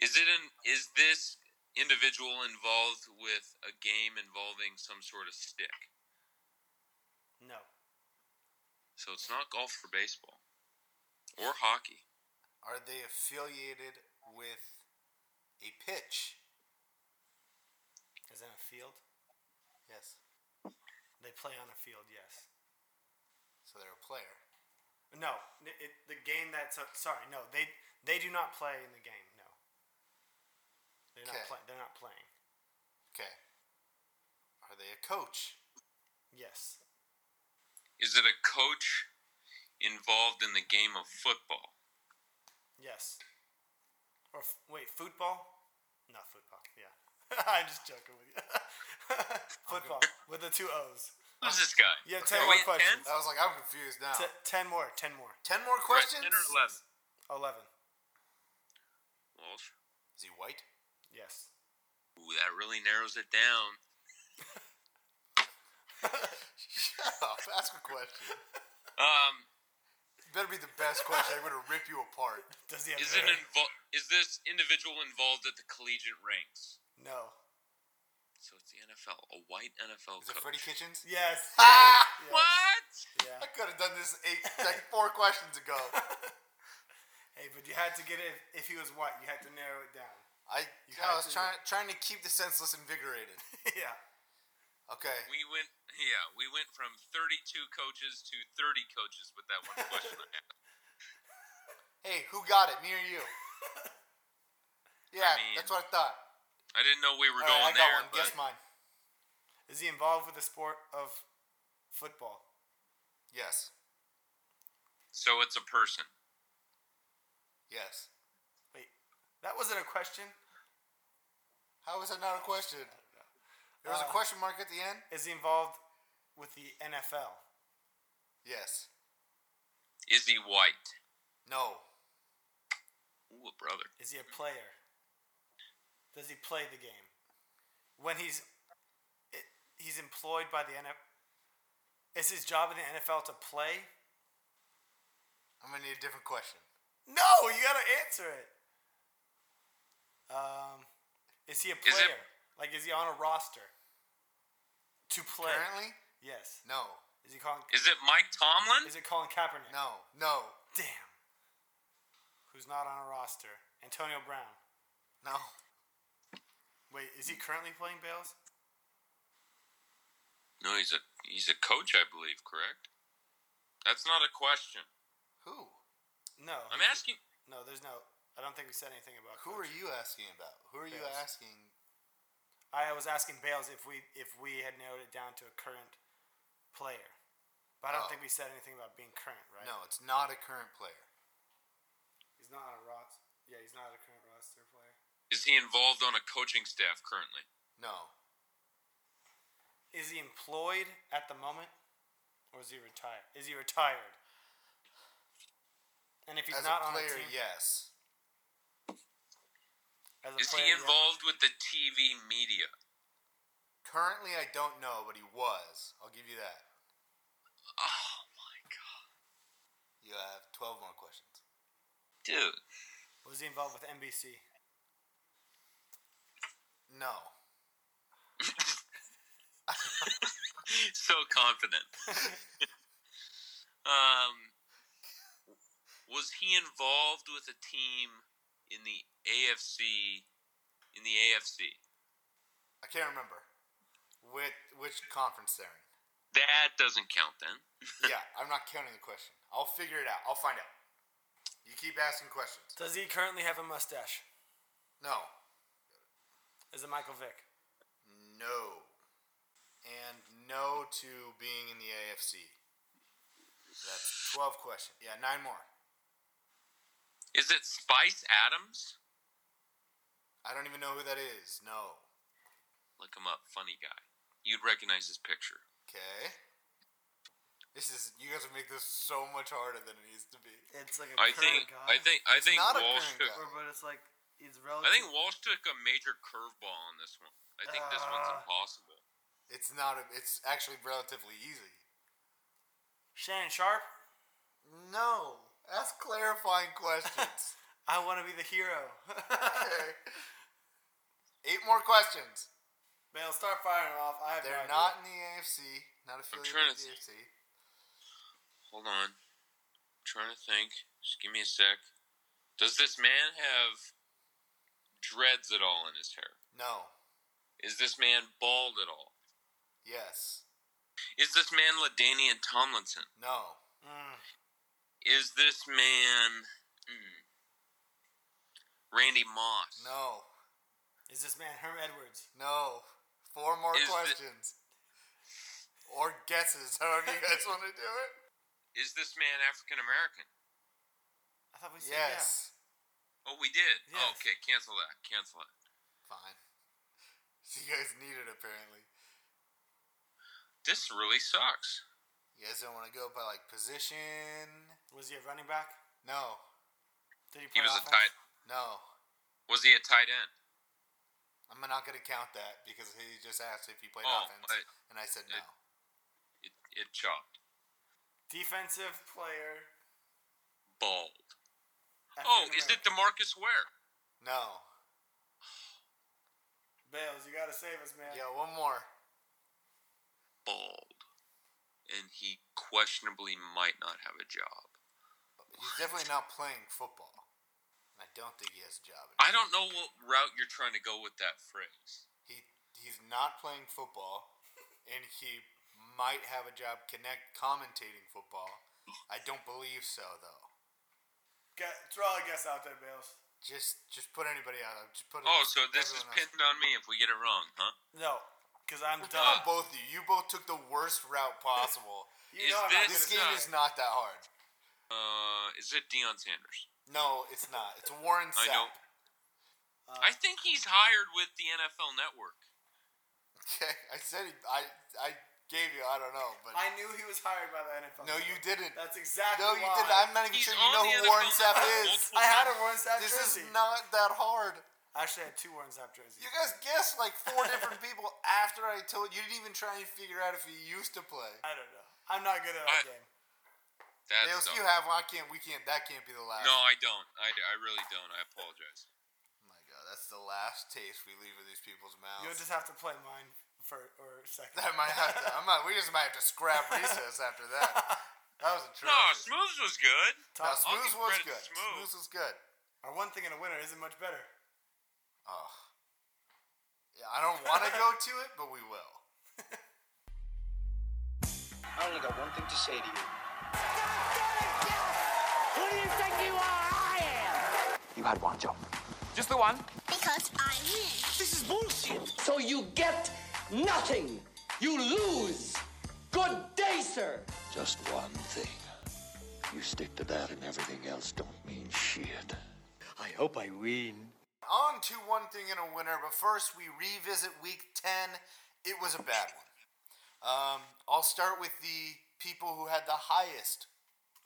S3: Is it an is this individual involved with a game involving some sort of stick?
S2: No.
S3: So it's not golf for baseball or hockey.
S1: Are they affiliated with a pitch?
S2: Is that a field?
S1: Yes.
S2: They play on a field. Yes.
S1: So they're a player.
S2: No. It, it- the game that's uh, sorry. No. They they do not play in the game. No. They're not
S1: Okay.
S2: play, They're not playing.
S1: Okay. Are they a coach?
S2: Yes.
S3: Is it a coach involved in the game of football?
S2: Yes. Or f- wait, football? Not football. Yeah. I'm just joking with you. football with the two O's.
S3: Who's this guy?
S2: You have
S1: Okay. Are
S2: ten more
S1: we at
S2: questions.
S1: I was like, I'm confused now.
S2: T- ten more. Ten more.
S1: Ten more
S3: We're at
S1: Uh, questions?
S3: 10 or 11.
S2: Eleven.
S3: Walsh.
S1: Is he white?
S2: Yes.
S3: Ooh, that really narrows it down.
S1: Shut up. Ask a question.
S3: Um,
S1: Better be the best question. I'm gonna rip you apart.
S2: Does he have
S3: is
S2: hair?
S3: it invo- Is this individual involved at the collegiate ranks?
S2: No.
S3: So it's the NFL, a white NFL
S1: Is it
S3: coach.
S1: Freddie Kitchens?
S2: Yes.
S1: Ah!
S2: Yes.
S3: What?
S1: I
S2: Yeah.
S1: could have done this eight, like four questions ago.
S2: Hey, but you had to get it if he was white. You had to narrow it down.
S1: I,
S2: You
S1: I
S2: had
S1: was
S2: to-
S1: trying trying to keep the senseless invigorated.
S2: yeah.
S1: Okay.
S3: We went, yeah, we went from 32 coaches to 30 coaches with that one question. I asked.
S1: Hey, who got it? Me or you? Yeah,
S3: I mean,
S1: that's what I thought.
S3: I didn't know we were
S1: All right, I got
S3: going there.
S1: one.
S3: But
S1: Guess mine.
S2: Is he involved with the sport of football?
S1: Yes.
S3: So it's a person.
S1: Yes.
S2: Wait, that wasn't a question.
S1: How was that not a question? There was a
S2: Uh,
S1: question mark at the end.
S2: Is he involved with the NFL?
S1: Yes.
S3: Is he white?
S1: No.
S3: Ooh, brother.
S2: Is he a player? Does he play the game? When he's it, he's employed by the NFL, is his job in the NFL to play?
S1: I'm gonna need a different question.
S2: No, you gotta answer it. Um, is he a
S1: Is it-
S2: player? like, is he on a roster to play?
S1: Currently?
S2: yes.
S1: No.
S2: Is he calling?
S3: Is it Mike Tomlin?
S2: Is it Colin Kaepernick?
S1: No. No.
S2: Damn. Who's not on a roster? Antonio Brown.
S1: No.
S2: Wait, is he currently playing Bales?
S3: No, he's a he's a coach, I believe. Correct. That's not a question.
S1: Who?
S2: No.
S3: I'm
S2: he's-
S3: asking.
S2: No, there's no. I don't think we said anything about.
S1: Who
S2: coach.
S1: are you asking about? Who are you
S2: Yes.
S1: asking?
S2: I was asking Bales if we if we had narrowed it down to a current player, but I don't
S1: Oh.
S2: think we said anything about being current, right?
S1: No, it's not a current player.
S2: He's not on a roster. Yeah, he's not a current roster player.
S3: Is he involved on a coaching staff currently?
S1: No.
S2: Is he employed at the moment, or is he retired? Is he retired? And if he's
S1: As
S2: not
S1: a
S2: on a
S1: player,
S2: team,
S1: yes.
S2: as a
S3: Is he
S2: player, yeah.
S3: involved with the TV media?
S1: Currently, I don't know, but he was. I'll give you that.
S3: Oh,
S1: You have 12 more questions.
S3: dude.
S2: Was he involved with NBC?
S1: No.
S3: so confident. um, was he involved with a team in the AFC? In the AFC,
S1: I can't remember. Which, which conference they're in.
S3: that doesn't count then.
S1: yeah, I'm not counting the question. I'll figure it out. I'll find out. You keep asking questions.
S2: Does he currently have a mustache?
S1: No.
S2: Is it Michael Vick?
S1: No. And no to being in the AFC. That's 12 questions. Yeah, nine more.
S3: Is it Spice Adams?
S1: I don't even know who that is. No.
S3: Look him up, funny guy. You'd recognize his picture.
S1: Okay. This is you guys are making this so much harder than it needs to be.
S2: It's like
S3: I think, I think, I
S1: It's
S3: think
S1: not a
S3: Walsh.
S1: current guy.
S3: Took,
S2: but it's like it's
S3: I
S2: relative.
S3: think Walsh took a major curveball on this one. I think this one's
S1: Ah.
S3: impossible.
S1: It's not. A, it's actually relatively easy.
S2: Shannon Sharp.
S1: No, ask clarifying questions.
S2: I want to be the hero.
S1: okay. Eight more questions.
S2: Man, start firing off. I have
S1: They're
S2: no
S1: not in
S2: idea.
S1: the AFC. Not affiliated
S3: trying
S1: with
S3: to
S1: the AFC.
S3: Hold on. I'm trying to think. Just give me a sec. Does this man have dreads at all in his hair?
S1: No.
S3: Is this man bald at all?
S1: Yes.
S3: Is this man Ladanian Tomlinson?
S1: No.
S2: Mm.
S3: Is this man mm, Randy Moss?
S1: No.
S2: Is this man Herm Edwards?
S1: No. Four more
S3: Is the-
S1: questions. Or guesses, however you guys want to do it.
S3: Is this man African American?
S2: I thought we said
S1: Yes.
S3: Oh, we did. Oh,
S2: Yes.
S3: okay, cancel that. Cancel it.
S1: Fine. So you guys need it apparently.
S3: This really sucks.
S1: You guys don't want to go by like position.
S2: yeah. Was he a running back?
S1: No,
S2: Did he play
S3: He was a
S2: offense?
S3: tight.
S1: no.
S3: Was he a tight end?
S1: I'm not gonna count that because he just asked if you played
S3: Oh,
S1: offense,
S3: I-
S1: and I said no.
S3: It, it chopped.
S2: Defensive player.
S3: Bald. Oh, is it Demarcus Ware?
S1: No.
S2: Bales? You gotta save us, man.
S1: Yeah, one more.
S3: bald, and he questionably might not have a job.
S1: He's definitely not playing football. And I don't think he has a job.
S3: I don't know what route you're trying to go with that phrase.
S1: He he's not playing football, and he might have a job connect commentating football. I don't believe so though.
S2: Get, throw a guess out there, Bales.
S1: Just just put anybody out. Just put.
S3: Oh, so this is
S1: everyone else.
S3: pinned on me if we get it wrong, huh?
S2: No, because I'm
S1: Not
S2: done.
S1: both of you. You both took the worst route possible.
S2: You
S3: Is
S2: know I'm not
S1: this
S3: this-
S1: game
S2: gonna die.
S1: is not that hard.
S3: Uh, is it Deion Sanders?
S1: No, it's not. It's Warren Sapp.
S3: I know.
S1: Uh,
S3: I think he's hired with the NFL Network.
S1: Okay, I said he, I I gave you. I don't know, but
S2: I knew he was hired by the NFL.
S1: no, you didn't.
S2: That's exactly
S1: No, you
S2: why.
S1: didn't. I'm not even sure you know who Warren Sapp is.
S2: I had a Warren Sapp
S1: This
S2: jersey.
S1: is not that hard.
S2: Actually, I had two Warren Sapp jerseys.
S1: You guys guessed like four different people after I told you. Didn't even try and figure out if he used to play.
S2: I don't know. I'm not good at that game.
S1: Nails, you have one. I can't. We can't. That can't be the last.
S3: No, I don't. I, I really don't. I apologize.
S1: Oh my God, that's the last taste we leave in these people's mouths.
S2: You'll just have to play mine for or second.
S1: I might have to. I might. We just might have to scrap recess after that. That was atrocious.
S3: No, Smooths was good.
S1: No,
S2: I'll
S1: Smooth
S2: give
S1: was
S2: credit to
S1: good.
S2: Smooth.
S1: Smooth was good.
S2: Our one thing in a winner isn't much better.
S1: Oh. Yeah, I don't want to go to it, but we will.
S13: I only got one thing to say to you.
S6: Who do you think you are? I am.
S13: You had one job.
S6: Just the one. Because I win. This is bullshit. So you get nothing. You lose. Good day, sir.
S13: Just one thing. You stick to that and everything else don't mean shit. I hope I win.
S1: On to one thing and a winner, but first we revisit week 10. It was a bad one. Um, I'll start with the people who had the highest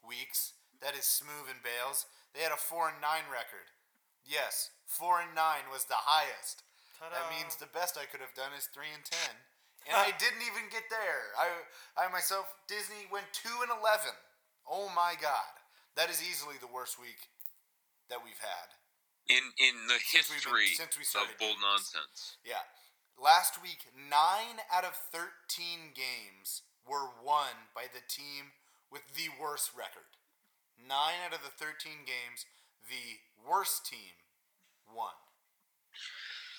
S1: weeks. That is Smoove and Bales. They had a 4 and 9 record. Yes, 4 and 9 was the highest. That means the best I could have done is 3 and 10. And I didn't even get there. I, I myself, Disney went 2 and 11. Oh my god. That is easily the worst week that we've had.
S3: In in the history
S1: since we
S3: of
S1: started
S3: bull nonsense.
S1: Yeah. Last week, nine out of 13 games were won by the team with the worst record. Nine out of the 13 games, the worst team won.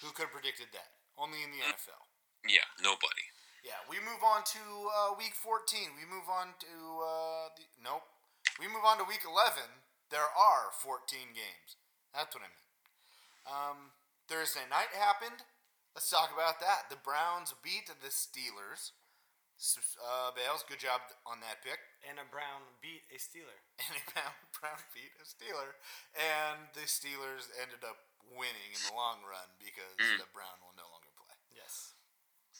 S1: Who could have predicted that? Only in the NFL.
S3: Yeah, nobody.
S1: Yeah, we move on to uh, week 14. We move on to. Uh, the, nope. We move on to week 11. There are 14 games. That's what I meant. Um, Thursday night happened. Let's talk about that. The Browns beat the Steelers. S- Uh, Bales, good job on that pick.
S2: And a Brown beat a Steeler.
S1: And a Brown, Brown beat a Steeler. And the Steelers ended up winning in the long run because the Brown will no longer play.
S2: Yes.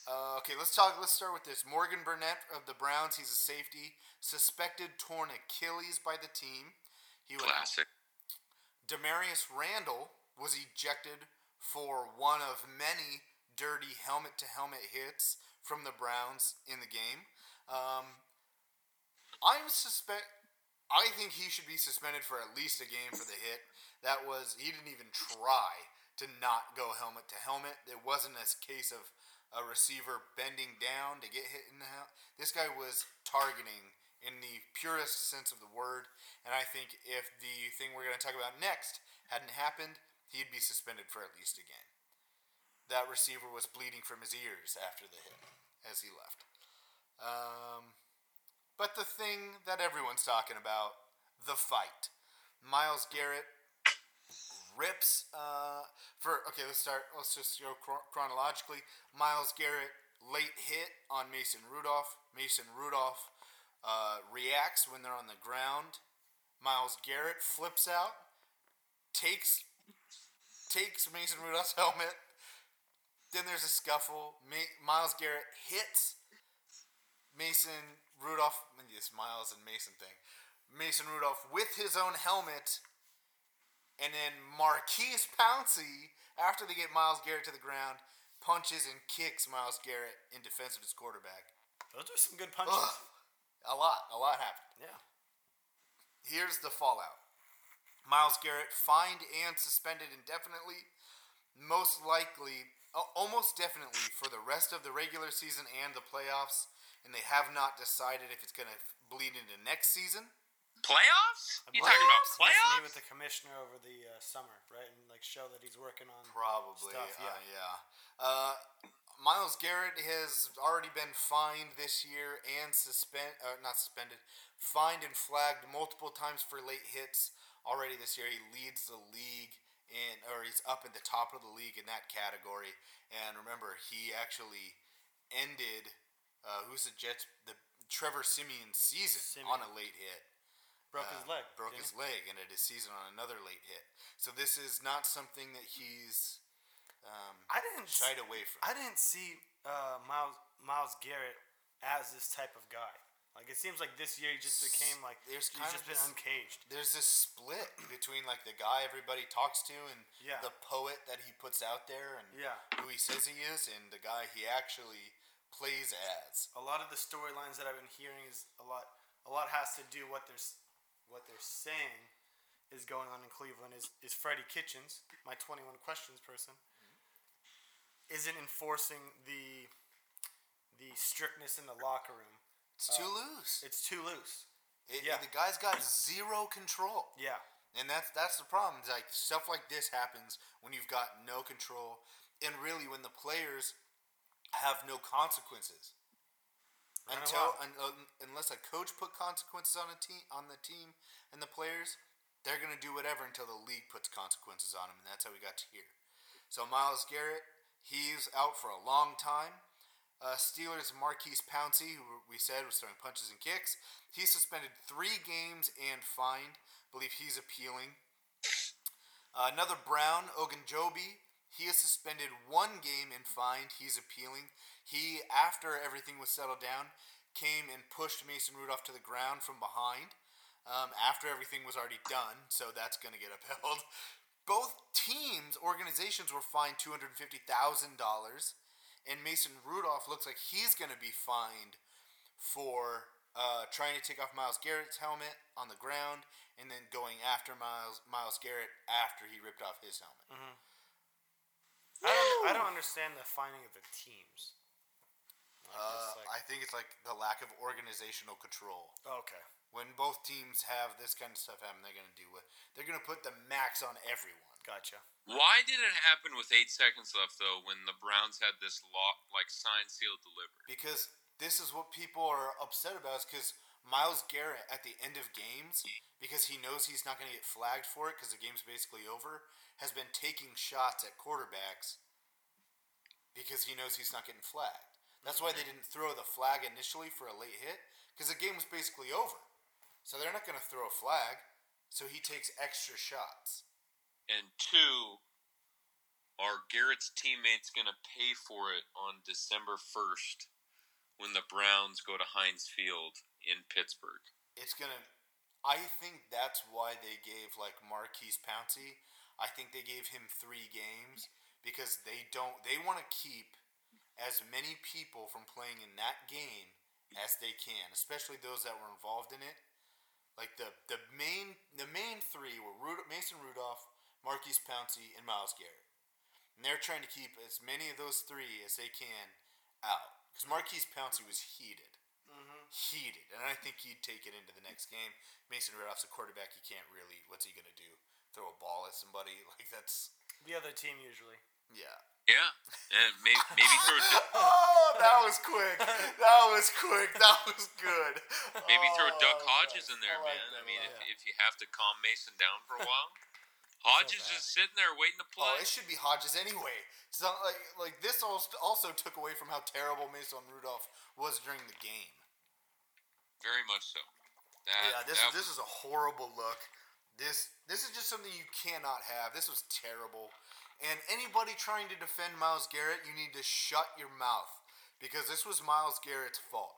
S1: Uh, okay, let's talk. Let's start with this. Morgan Burnett of the Browns. He's a safety, suspected torn Achilles by the team. He went out.
S3: Classic.
S1: Demarius Randall was ejected for one of many dirty helmet-to-helmet hits from the Browns in the game. Um, I'm suspect. I think he should be suspended for at least a game for the hit. That was he didn't even try to not go helmet to helmet. It wasn't a case of a receiver bending down to get hit in the helmet. This guy was targeting in the purest sense of the word, and I think if the thing we're going to talk about next hadn't happened, he'd be suspended for at least a game. That receiver was bleeding from his ears after the hit as he left. Um, but the thing that everyone's talking about, the fight. Miles Garrett rips uh, for okay. Let's start. Let's just go chro- chronologically. Miles Garrett late hit on Mason Rudolph. Mason Rudolph uh, reacts when they're on the ground. Miles Garrett flips out, takes takes Mason Rudolph's helmet. Then there's a scuffle. Ma- Miles Garrett hits Mason Rudolph, this Miles and Mason thing, Mason Rudolph with his own helmet, and then Marquise Pouncey, after they get Miles Garrett to the ground, punches and kicks Miles Garrett in defense of his quarterback.
S2: Those are some good punches.
S1: Ugh. A lot, a lot happened.
S2: Yeah.
S1: Here's the fallout Miles Garrett fined and suspended indefinitely, most likely, al- almost definitely for the rest of the regular season and the playoffs, and they have not decided if it's going to bleed into next season.
S3: Playoffs? You talking about
S2: Supposed to
S3: playoffs?
S2: Meet with the commissioner over the uh, summer, right, and like show that he's working on.
S1: Probably,
S2: Stuff,
S1: yeah. Uh, yeah. Uh, Miles Garrett has already been fined this year and suspend, uh, not suspended, fined and flagged multiple times for late hits already this year. He leads the league in, or he's up at the top of the league in that category. And remember, he actually ended, uh, who's the Jets, the Trevor Simeon season on a late hit.
S2: Broke his leg,
S1: Broke
S2: didn't
S1: his
S2: he?
S1: leg, ended his season on another late hit. So this is not something that he's. Um,
S2: I didn't s-
S1: shied away from.
S2: I didn't see uh, Miles Miles Garrett as this type of guy. Like it seems like this year he just became like
S1: there's
S2: he's
S1: kind of
S2: just been
S1: this-
S2: uncaged.
S1: There's this split between like the guy everybody talks to and
S2: Yeah.
S1: the poet that he puts out there and
S2: Yeah.
S1: who he says he is and the guy he actually plays as.
S2: A lot of the storylines that I've been hearing is a lot. A lot has to do what they're s- what they're saying is going on in Cleveland. Is is Freddie Kitchens, my twenty one questions person, isn't enforcing the the strictness in the locker room.
S1: It's too loose.
S2: It's too loose.
S1: It,
S2: Uh, Yeah.
S1: The guy's got zero control.
S2: Yeah.
S1: And that's that's the problem. It's like stuff like this happens when you've got no control, and really when the players have no consequences.
S2: Run it
S1: Until
S2: wild.
S1: un, un, unless a coach put consequences on a team on the team and the players, they're gonna do whatever until the league puts consequences on them, and that's how we got to here. So Miles Garrett, he's out for a long time. Uh, Steelers Marquise Pouncey, who we said was throwing punches and kicks, he's suspended three games and fined. Believe he's appealing. Uh, another Brown, Ogunjobi, he is suspended one game and fined. He's appealing. He, after everything was settled down, came and pushed Mason Rudolph to the ground from behind um, after everything was already done, so that's going to get upheld. Both teams, organizations, were fined $250,000, and Mason Rudolph looks like he's going to be fined for uh, trying to take off Miles Garrett's helmet on the ground and then going after Miles Miles Garrett after he ripped off his helmet.
S2: hmm I don't, I don't understand the finding of the teams.
S1: Uh,
S2: Like, just like- Oh,
S1: I think it's like the lack of organizational control.
S2: Okay.
S1: When both teams have this kind of stuff happen, they're going to do what they're going to put the max on everyone.
S2: Gotcha.
S3: Why did it happen with eight seconds left though? When the Browns had this lock, like sign, seal, deliver.
S1: Because this is what people are upset about is because Miles Garrett at the end of games, because he knows he's not going to get flagged for it because the game's basically over, has been taking shots at quarterbacks because he knows he's not getting flagged. That's why they didn't throw the flag initially for a late hit because the game was basically over. So they're not going to throw a flag. So he takes extra shots.
S3: And two, are Garrett's teammates going to pay for it on December 1st when the Browns go to Heinz Field in Pittsburgh?
S1: it's gonna. I think that's why they gave like Marquise Pouncey. I think they gave him three games because they don't. They want to keep as many people from playing in that game as they can, especially those that were involved in it. Like the the main the main three were Rud- Mason Rudolph, Marquise Pouncey, and Miles Garrett, and they're trying to keep as many of those three as they can out because Marquise Pouncey was heated
S2: Mm-hmm.
S1: heated, and I think he'd take it into the next game. Mason Rudolph's a quarterback; he can't really. What's he gonna do? Throw a ball at somebody? Like that's
S2: The other team usually.
S1: yeah.
S3: Yeah, and maybe, maybe throw a, du-
S1: Oh, that was quick. That was quick. That was good.
S3: maybe throw
S1: Oh,
S3: Duck Hodges in there,
S1: I like
S3: man.
S1: that a
S3: I mean,
S1: lot.
S3: if, if you have to calm Mason down for a while, Hodges
S1: bad.
S3: is sitting there waiting to
S1: Oh,
S3: play.
S1: it should be Hodges anyway. It's not like like this als- also took away from how terrible Mason Rudolph was during the game.
S3: Very much so. That,
S1: Yeah, this
S3: that
S1: is this is a horrible look. This this is just something you cannot have. This was terrible. And anybody trying to defend Miles Garrett, you need to shut your mouth because this was Miles Garrett's fault.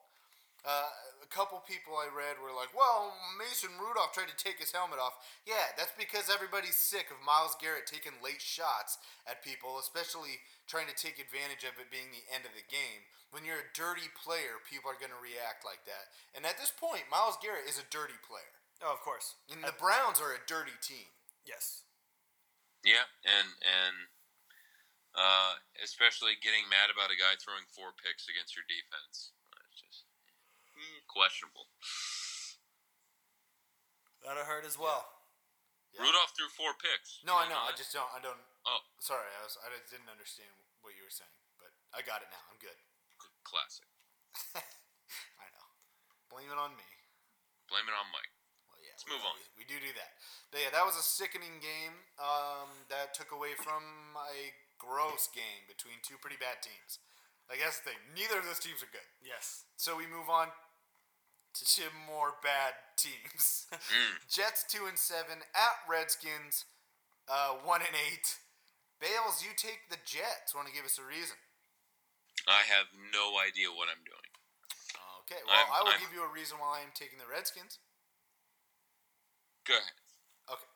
S1: Uh, a couple people I read were like, "Well, Mason Rudolph tried to take his helmet off." Yeah, that's because everybody's sick of Miles Garrett taking late shots at people, especially trying to take advantage of it being the end of the game. When you're a dirty player, people are going to react like that. And at this point, Miles Garrett is a dirty player,
S2: Oh, of course.
S1: and the Browns are a dirty team.
S2: Yes.
S3: Yeah, and and uh, especially getting mad about a guy throwing four picks against your defense. It's just mm, questionable.
S2: That'll hurt as well.
S3: Rudolph threw four picks.
S1: No, I
S3: You
S1: know. I
S3: that?
S1: just don't. I don't.
S3: Oh.
S1: sorry. I was. I didn't understand what you were saying, but I got it now. I'm good.
S3: classic.
S1: I know. Blame it on me.
S3: Blame it on Mike.
S1: Well, Oh, yeah,
S3: Let's
S1: we-
S3: move on.
S1: We, we do do that. But yeah, that was a sickening game. Um, that took away from a gross game between two pretty bad teams. Like that's the thing. Neither of those teams are good.
S2: Yes.
S1: So we move on to more bad teams.
S3: Mm.
S1: Jets two and seven at Redskins, uh, one and eight. Bales, you take the Jets. Want to give us a reason?
S3: I have no idea what I'm doing.
S1: Okay. Well,
S3: I'm-
S1: i will
S3: I'm-
S1: give you a reason why I'm taking the Redskins.
S3: Go ahead.
S1: Okay.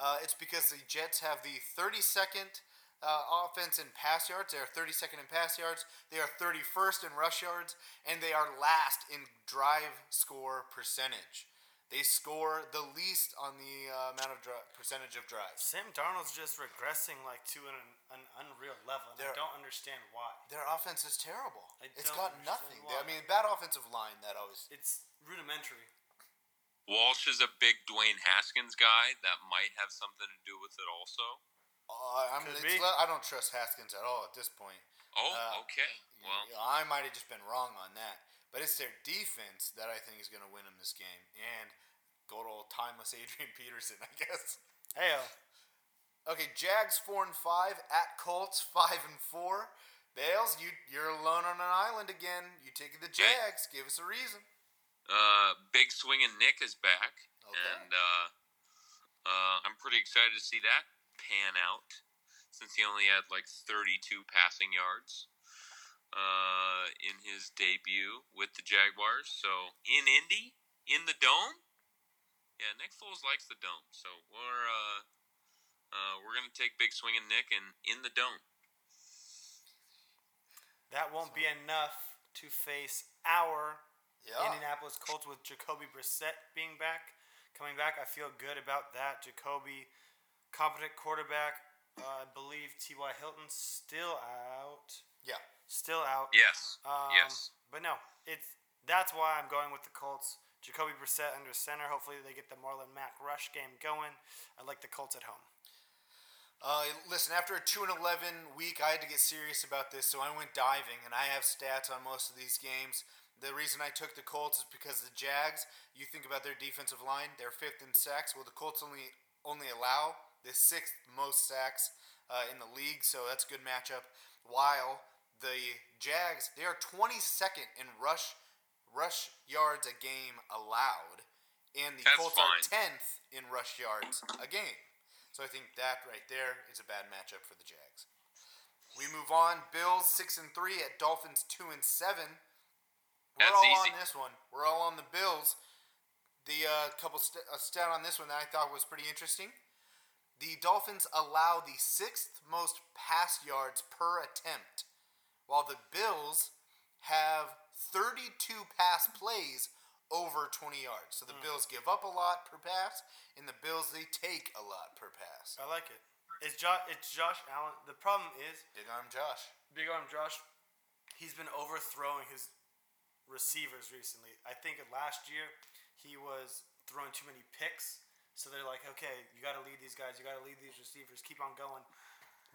S1: Uh, it's because the Jets have the 32nd uh, offense in pass yards. They are 32nd in pass yards. They are 31st in rush yards. And they are last in drive score percentage. They score the least on the uh, amount of dri- percentage of drives.
S2: Sam Darnold's just regressing like to an, an unreal level. And I
S1: They're-
S2: don't understand why.
S1: Their offense is terrible.
S2: I
S1: It's got
S2: don't understand
S1: nothing. They- I
S2: why.
S1: mean, bad offensive line that always. uh,
S2: It's rudimentary.
S3: Walsh is a big Dwayne Haskins guy. That might have something to do with it, also.
S1: Uh, I'm,
S3: Could
S1: it's,
S3: be.
S1: le- I don't trust Haskins at all at this point.
S3: Oh,
S1: Uh,
S3: okay. Well,
S1: Yeah, I might have just been wrong on that. But it's their defense that I think is going to win them this game. And go to old timeless Adrian Peterson, I guess.
S2: Hey,
S1: Okay, Jags 4 and 5, at Colts 5 and 4. Bales, you, you're alone on an island again. You take the Jags. Give us a reason.
S3: uh, Big Swingin' Nick is back, and uh, uh, I'm pretty excited to see that pan out since he only had like 32 passing yards uh, in his debut with the Jaguars. So in Indy, in the dome, yeah, Nick Foles likes the dome, so we're uh, uh, we're gonna take Big Swingin' Nick and in the dome.
S2: That won't be enough to face our
S1: Yeah.
S2: Indianapolis Colts with Jacoby Brissett being back, coming back. I feel good about that. Jacoby, competent quarterback. Uh, I believe T.Y. Hilton's still out.
S1: Yeah.
S2: Still out.
S3: Yes.
S2: Um,
S3: Yes.
S2: But no, it's that's why I'm going with the Colts. Jacoby Brissett under center. Hopefully they get the Marlon Mack rush game going. I like the Colts at home.
S1: Uh, listen, after a 2 and 11 week, I had to get serious about this, so I went diving, and I have stats on most of these games. The reason I took the Colts is because the Jags, you think about their defensive line, they're fifth in sacks. Well, the Colts only, only allow the sixth most sacks uh, in the league, so that's a good matchup. While the Jags, they are 22nd in rush rush yards a game allowed, and the
S3: That's
S1: Colts are
S3: fine.
S1: 10th in rush yards a game. So I think that right there is a bad matchup for the Jags. We move on. Bills six and three at Dolphins two and seven. We're
S3: That's
S1: all on
S3: easy.
S1: this one. We're all on the Bills. The uh, couple st- a stat on this one that I thought was pretty interesting. The Dolphins allow the sixth most pass yards per attempt, while the Bills have 32 pass plays over 20 yards. So the
S3: Hmm.
S1: Bills give up a lot per pass, and the Bills they take a lot per pass.
S2: I like it. It's Josh. It's Josh Allen. The problem is
S1: Big arm Josh.
S2: Big Arm Josh. He's been overthrowing his receivers recently. I think last year he was throwing too many picks. So they're like, okay, you got to lead these guys. You got to lead these receivers. Keep on going.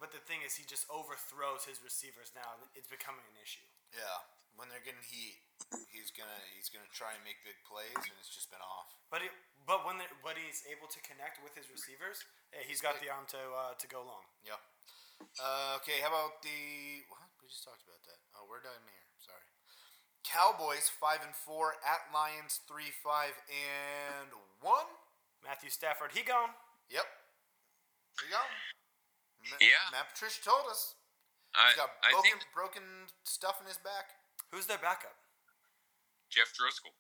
S2: But the thing is, he just overthrows his receivers now. and It's becoming an issue.
S1: Yeah, when they're getting heat, he's gonna he's gonna try and make big plays, and it's just been off.
S2: But it, but when the, but he's able to connect with his receivers, eh, he's got the arm to uh, to go long.
S1: Yeah. Uh, okay, how about the what we just talked about that? Oh, we're done here. Sorry. Cowboys five and four at Lions three five and one.
S2: Matthew Stafford, he gone.
S1: Yep. Here you go. Ma-
S3: Yeah.
S1: Matt Patricia told us
S3: I,
S1: he's got
S3: I
S1: broken
S3: think
S1: broken stuff in his back.
S2: Who's their backup?
S3: Jeff Driscoll.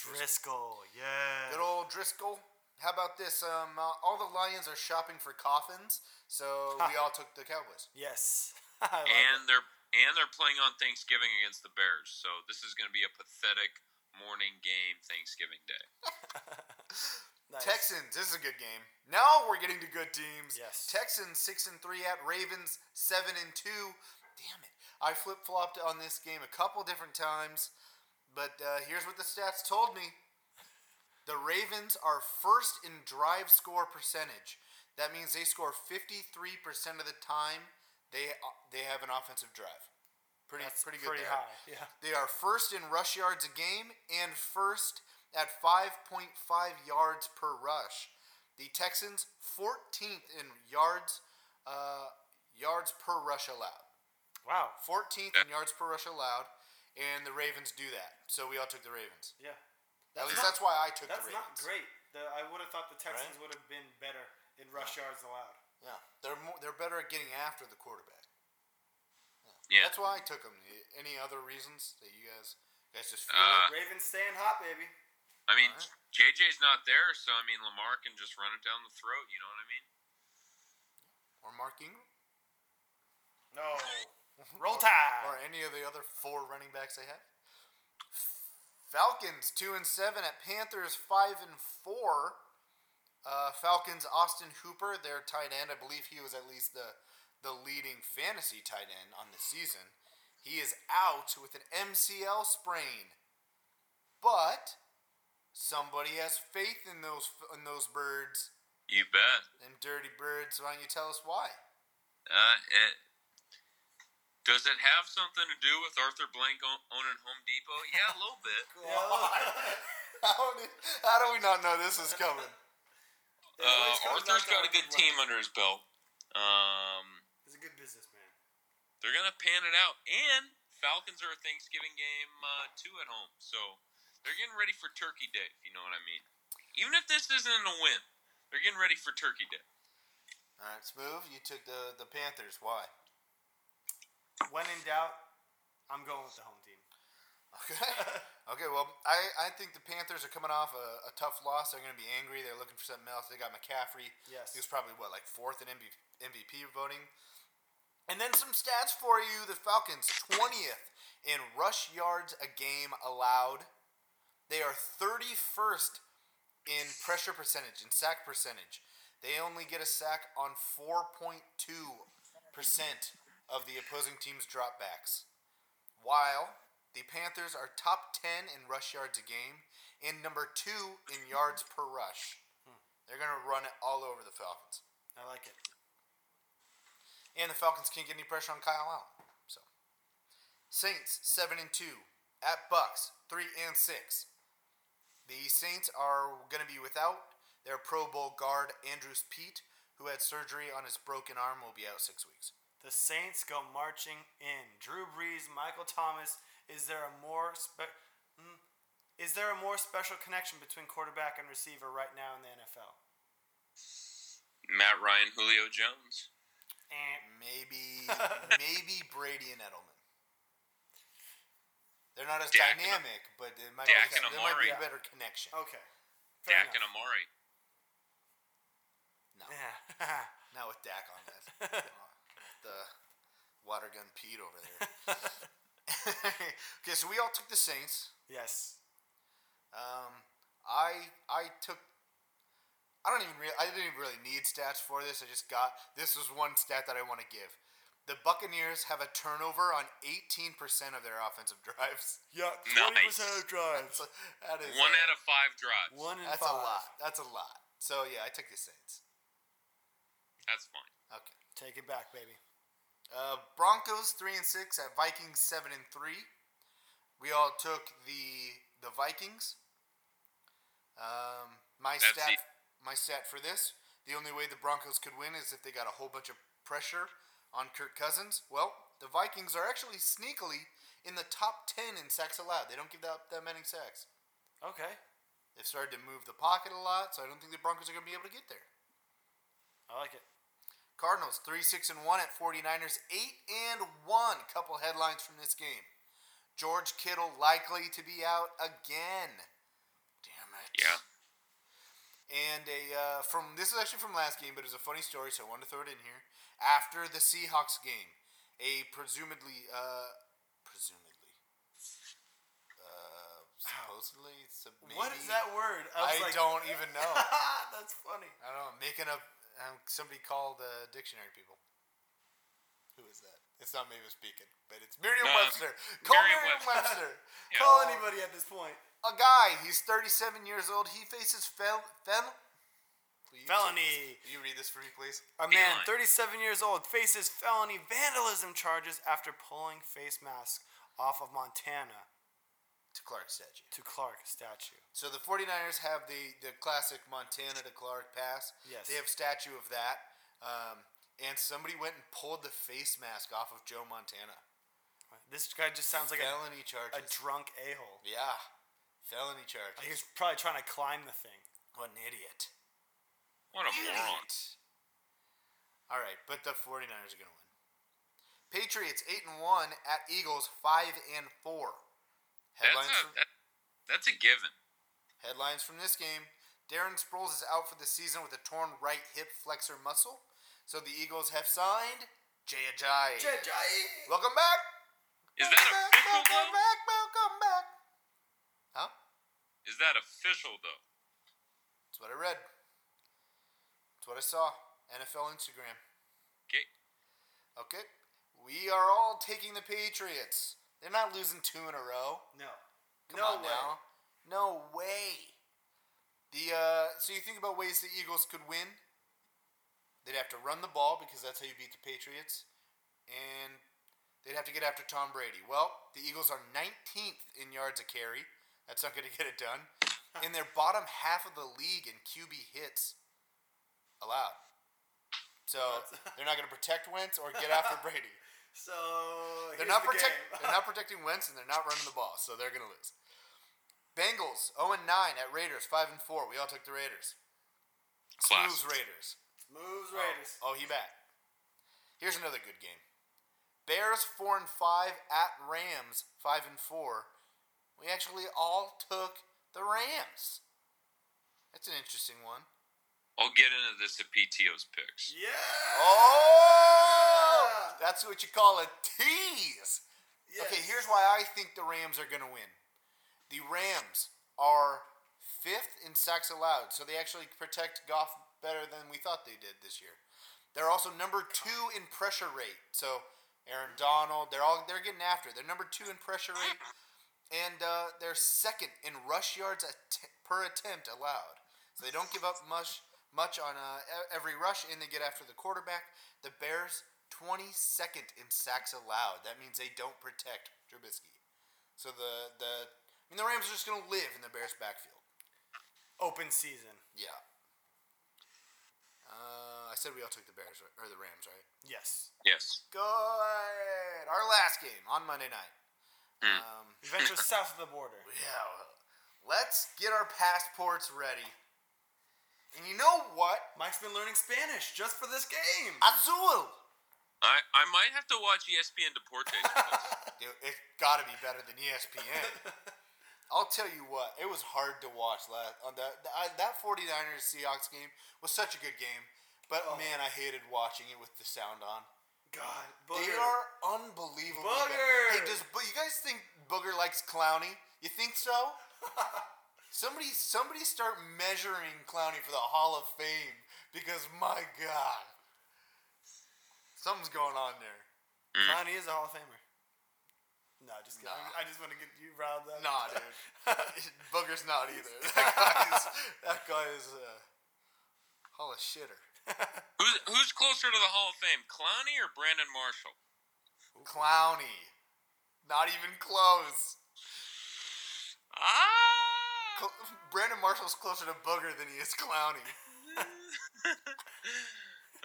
S2: Driscoll. Yeah.
S1: Good old Driscoll. How about this? Um, uh, all the Lions are shopping for coffins, so we all took the Cowboys.
S2: Yes. I love
S3: and they're and they're playing on Thanksgiving against the Bears, so this is going to be a pathetic morning game Thanksgiving Day.
S2: Nice.
S1: Texans, this is a good game. Now we're getting to good teams.
S2: Yes.
S1: Texans six and three at Ravens seven and two. Damn it! I flip flopped on this game a couple different times, but uh, here's what the stats told me: the Ravens are first in drive score percentage. That means they score fifty three percent of the time they they have an offensive drive. Pretty
S2: That's
S1: pretty good.
S2: pretty
S1: there.
S2: high, yeah.
S1: They are first in rush yards a game and first at 5.5 yards per rush. The Texans 14th in yards uh, yards per rush allowed.
S2: Wow.
S1: 14th in yards per rush allowed, and the Ravens do that. So we all took the Ravens.
S2: Yeah.
S1: At least that's why I took the
S2: That's
S1: Ravens.
S2: not great. The, I would have thought the Texans would have been better in rush yards allowed.
S1: Yeah, they're more, they're better at getting after the quarterback.
S3: Yeah.
S1: That's why I took them. Any other reasons that you guys you guys just feel
S3: Uh,
S2: Ravens staying hot, baby.
S3: I mean, JJ's not there, so I mean, Lamar can just run it down the throat. You know what I mean?
S1: or Mark Ingram?
S2: No. Roll Tide.
S1: Or any of the other four running backs they have. Falcons two and seven at Panthers five and four. Uh, Falcons Austin Hooper, their tight end. I believe he was at least the the leading fantasy tight end on the season. He is out with an MCL sprain, but somebody has faith in those in those birds,
S3: You bet.
S1: them dirty birds. Why don't you tell us why?
S3: Uh, it, does it have something to do with Arthur Blank o- owning Home Depot? Yeah, a little bit.
S1: how, do, how do we not know this is coming?
S3: Uh, Arthur's got a good team under his belt. Um,
S2: He's a good businessman.
S3: they're gonna pan it out, and Falcons are a Thanksgiving game uh, two at home, so they're getting ready for Turkey Day. If you know what I mean. Even if this isn't a win, they're getting ready for Turkey Day.
S1: All right, Smooth, you took the, the Panthers. Why?
S2: When in doubt, I'm going with the home team.
S1: Okay. okay, well, I, I think the Panthers are coming off a, a tough loss. They're going to be angry. They're looking for something else. They got McCaffrey.
S2: Yes.
S1: He was probably, what, like fourth in MVP, MVP voting? And then some stats for you. The Falcons, 20th in rush yards a game allowed. They are 31st in pressure percentage, in sack percentage. They only get a sack on 4.2% of the opposing team's dropbacks. While the Panthers are top 10 in rush yards a game and number 2 in yards per rush. They're going to run it all over the Falcons.
S2: I like it.
S1: And the Falcons can't get any pressure on Kyle Allen. So Saints 7 and 2 at Bucks 3 and 6. The Saints are going to be without their Pro Bowl guard Andrews Pete, who had surgery on his broken arm, will be out 6 weeks.
S2: The Saints go marching in. Drew Brees, Michael Thomas. Is there a more spe- mm, Is there a more special connection between quarterback and receiver right now in the NFL?
S3: Matt Ryan, Julio Jones.
S1: Maybe maybe Brady and Edelman. They're not as
S3: Dak and-
S1: dynamic, but it might,
S3: Dak
S1: be,
S3: and
S1: there might be a
S3: Amari.
S1: better connection.
S2: Okay.
S3: Dak and Amari.
S1: No.
S2: Yeah.
S1: Not with Dak on that. the water gun Pete over there. okay, so we all took the Saints.
S2: Yes.
S1: Um, I I took. I don't even really. I didn't even really need stats for this. I just got this was one stat that I want to give. The Buccaneers have a turnover on 18% of their offensive drives.
S2: Yeah,
S3: Nice.
S2: 20% of drives.
S1: that is
S3: One out of five drives.
S1: That's a lot. That's a lot. So yeah, I took the Saints.
S3: That's fine.
S1: Okay.
S2: Take it back, baby.
S1: Uh, Broncos three and six at Vikings seven and three. We all took the the Vikings. Um, my
S3: That's
S1: stat
S3: it.
S1: my stat for this: the only way the Broncos could win is if they got a whole bunch of pressure on Kirk Cousins. Well, the Vikings are actually sneakily in the top ten in sacks allowed. They don't give up that many sacks.
S2: Okay.
S1: They've started to move the pocket a lot, so I don't think the Broncos are going to be able to get there.
S2: I like it.
S1: Cardinals 3 6 and 1 at 49ers 8 and 1. Couple headlines from this game. George Kittle likely to be out again. Damn it.
S3: Yeah.
S1: And a uh, from this is actually from last game, but it's a funny story, so I wanted to throw it in here. After the Seahawks game, a presumably uh, presumably uh, supposedly sub- maybe-
S2: What is that word?
S1: I,
S2: was like-
S1: don't even know.
S2: That's funny.
S1: I don't know. Making up. Um, somebody call the dictionary people. Who is that? It's not Mavis Beacon, but it's Merriam-Webster. Call
S2: Merriam-Webster.
S1: Merriam-Webster.
S2: Yeah. Call anybody at this point.
S1: A guy. He's 37 years old. He faces fel- fel- Will you take
S2: Felony.
S1: this- will you read this for me, please? Uh,
S2: A man, 37 years old, faces felony vandalism charges after pulling face mask off of Montana
S1: to Clark statue.
S2: To Clark statue.
S1: So the 49ers have the, the classic Montana to Clark pass.
S2: Yes.
S1: They have statue of that. Um, and somebody went and pulled the face mask off of Joe Montana.
S2: This guy just sounds like
S1: Felony
S2: a, a drunk a hole.
S1: Yeah. Felony charges.
S2: He was probably trying to climb the thing. What an idiot.
S3: What a moron.
S1: All right, but the 49ers are going to win. Patriots 8 and 1 at Eagles 5 and 4.
S3: That's
S1: Headlines
S3: a,
S1: from,
S3: that, that's a given.
S1: headlines from this game. Darren Sproles is out for the season with a torn right hip flexor muscle. So the Eagles have signed Jay Ajayi.
S2: Jay
S1: Ajayi. Welcome back.
S3: Is that official
S1: Welcome
S3: though?
S1: back. Welcome back.
S3: Is that official though?
S1: That's what I read. That's what I saw. NFL Instagram.
S3: Okay.
S1: Okay. We are all taking the Patriots. They're not losing two in a row.
S2: No.
S1: Come
S2: No
S1: on
S2: way.
S1: now. No way. The uh, so you think about ways the Eagles could win. They'd have to run the ball because that's how you beat the Patriots, and they'd have to get after Tom Brady. Well, the Eagles are 19th in yards a carry. That's not going to get it done. In their bottom half of the league in QB hits allowed. So they're not going to protect Wentz or get after Brady.
S2: So
S1: They're
S2: here's
S1: not
S2: the
S1: protect,
S2: game.
S1: They're not protecting Wentz, and they're not running the ball, so they're gonna lose. Bengals zero and nine at Raiders five and four. We all took the Raiders. Smooths Raiders.
S2: Moves Raiders.
S1: Oh, he back. Here's another good game. Bears four and five at Rams five and four. We actually all took the Rams. That's an interesting one.
S3: I'll get into this at PTO's picks.
S2: Yeah.
S1: Oh, that's what you call a tease. Okay, here's why I think the Rams are going to win. The Rams are fifth in sacks allowed, so they actually protect Goff better than we thought they did this year. They're also number two in pressure rate. So Aaron Donald, they're all they're getting after. it. They're number two in pressure rate, and uh, they're second in rush yards att- per attempt allowed. So they don't give up much much on uh, e- every rush, and they get after the quarterback. The Bears 22nd in sacks allowed. That means they don't protect Trubisky. So the the I mean the Rams are just going to live in the Bears backfield.
S2: Open season.
S1: Yeah. Uh, I said we all took the Bears right- or the Rams, right?
S2: Yes.
S3: Yes.
S1: Good. Our last game on Monday night. Um,
S2: We venture south of the border.
S1: Yeah. well, Let's get our passports ready. And you know what?
S2: Mike's been learning Spanish just for this game.
S1: Azul.
S3: I, I might have to watch E ESPN Deportes.
S1: Dude, it's got to be better than E ESPN. I'll tell you what, it was hard to watch last on that I, that 49ers Seahawks game was such a good game, but
S2: Oh.
S1: man, I hated watching it with the sound on.
S2: God,
S1: They
S2: Booger.
S1: are unbelievable.
S2: Booger.
S1: Hey, does Bo- you guys think Booger likes Clowney? You think so? somebody, somebody, start measuring Clowney for the Hall of Fame because my God, something's going on there.
S2: Clowney is a Hall of Famer. No, just kidding. I just want to get you riled up.
S1: Nah, dude. Booger's not either. That guy is, that guy is uh, hall of shitter.
S3: who's, who's closer to the Hall of Fame, Clowney or Brandon Marshall?
S1: Clowny. Not even close.
S3: Ah!
S1: Cl- Brandon Marshall's closer to Booger than he is Clowny.
S3: I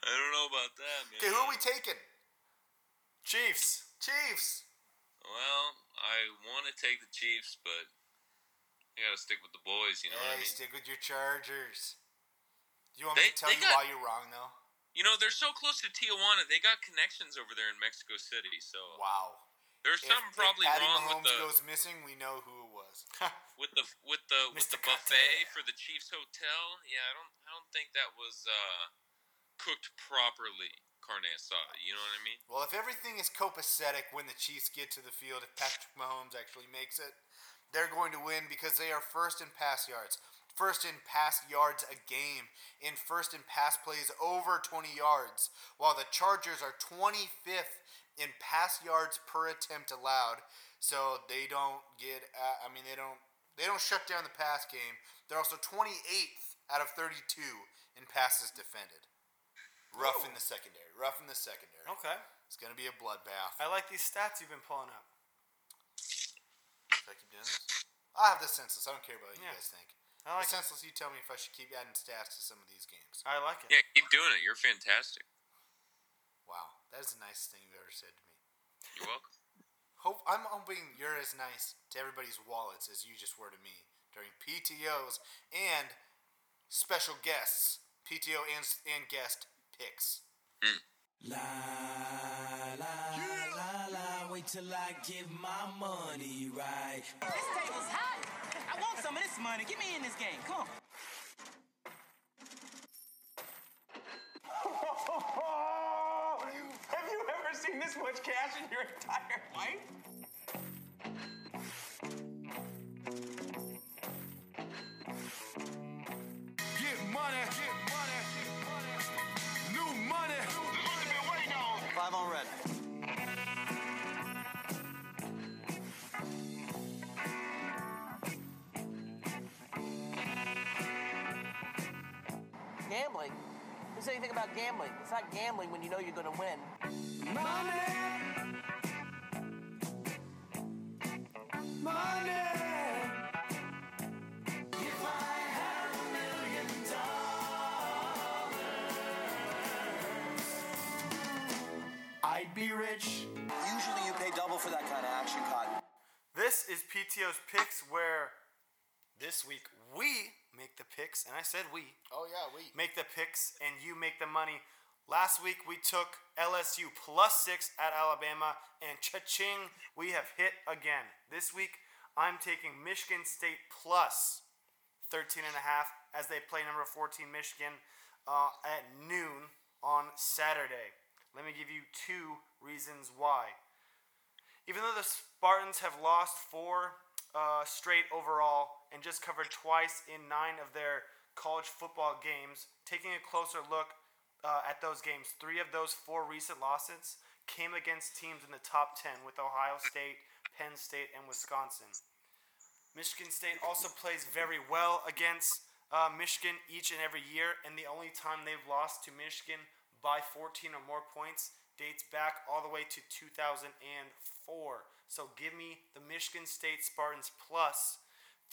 S3: don't know about that, man.
S1: Okay, who are we taking?
S2: Chiefs.
S1: Chiefs.
S3: Well, I want to take the Chiefs, but I gotta stick with the boys. You know what I
S1: Hey,
S3: mean?
S1: stick with your Chargers. Do you want
S3: They-
S1: me to tell
S3: they
S1: you
S3: got-
S1: why you're wrong, though?
S3: You know they're so close to Tijuana. They got connections over there in Mexico City. So
S1: Wow.
S3: there's
S1: If-
S3: something
S1: if
S3: probably
S1: Patty
S3: wrong
S1: Mahomes
S3: with the
S1: goes missing, we know who it was.
S3: with the with the with the buffet for the Chiefs hotel. Yeah, I don't I don't think that was uh, cooked properly. Carne asada. You know what I mean?
S1: Well, if everything is copacetic when the Chiefs get to the field, if Patrick Mahomes actually makes it, they're going to win because they are first in pass yards, first in pass yards a game, in first in pass plays over 20 yards, while the Chargers are 25th in pass yards per attempt allowed. So they don't get. Uh, I mean, they don't. They don't shut down the pass game. They're also 28th out of 32 in passes defended. Rough in the secondary. Rough in the secondary.
S2: Okay.
S1: It's gonna be a bloodbath.
S2: I like these stats you've been pulling up.
S1: Should I keep doing this? I have the senseless. I don't care about what
S2: Yeah.
S1: you guys think.
S2: I like
S1: the
S2: it.
S1: senseless. You tell me if I should keep adding stats to some of these games.
S2: I like it.
S3: Yeah, keep doing it. You're fantastic.
S1: Wow, that is the nicest thing you've ever said to me.
S3: You're welcome.
S1: Hope I'm hoping you're as nice to everybody's wallets as you just were to me during PTOs and special guests, PTO and, and guest picks.
S16: La la la la, wait till I give my money right.
S17: This table's hot. I want some of this money. Get me in this game. Come on.
S18: Have you ever seen this much cash in your entire life?
S13: Get money, get money, new money. Five on red.
S17: Gambling. Who said anything about gambling? It's not gambling when you know you're going to win.
S13: I'd be rich. Usually you pay double for that kind of action, Cotton.
S2: This is PTO's picks where this week we make the picks, and I said we.
S1: Oh yeah, we.
S2: Make the picks, and you make the money. Last week we took LSU plus six at Alabama, and cha-ching, we have hit again. This week I'm taking Michigan State plus 13 and a half as they play number 14 Michigan uh, at noon on Saturday. Let me give you two reasons why. Even though the Spartans have lost four uh, straight overall and just covered twice in nine of their college football games, taking a closer look uh, at those games, three of those four recent losses came against teams in the top 10 with Ohio State, Penn State, and Wisconsin. Michigan State also plays very well against uh, Michigan each and every year, and the only time they've lost to Michigan by 14 or more points dates back all the way to 2004. So give me the Michigan State Spartans plus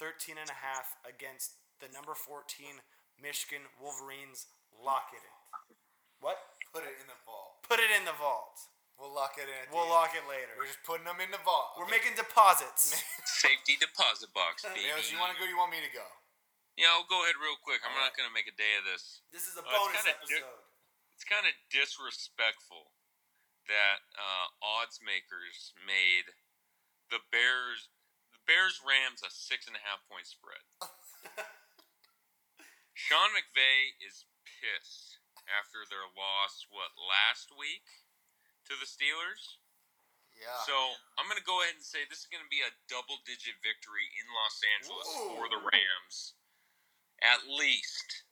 S2: 13 and a half against the number 14 Michigan Wolverines. Lock it in. What?
S1: Put it in the vault.
S2: Put it in the vault.
S1: We'll lock it in. at the end.
S2: We'll lock it later.
S1: We're just putting them in the vault.
S2: We're making deposits.
S3: Safety deposit box, baby.
S1: Nails, you want to go? You want me to go?
S3: Yeah, I'll go ahead real quick. I'm not going to make a day of this.
S2: This is
S1: a
S2: bonus
S3: episode. it's kind of disrespectful that uh, odds makers made the Bears the Bears Rams a six and a half point spread. Sean McVay is pissed after their loss. What last week to the Steelers?
S1: Yeah.
S3: So
S2: Ah.
S3: I'm going to go ahead and say this is going to be a double digit victory in Los Angeles for the
S1: Whoa.
S3: Rams, at least.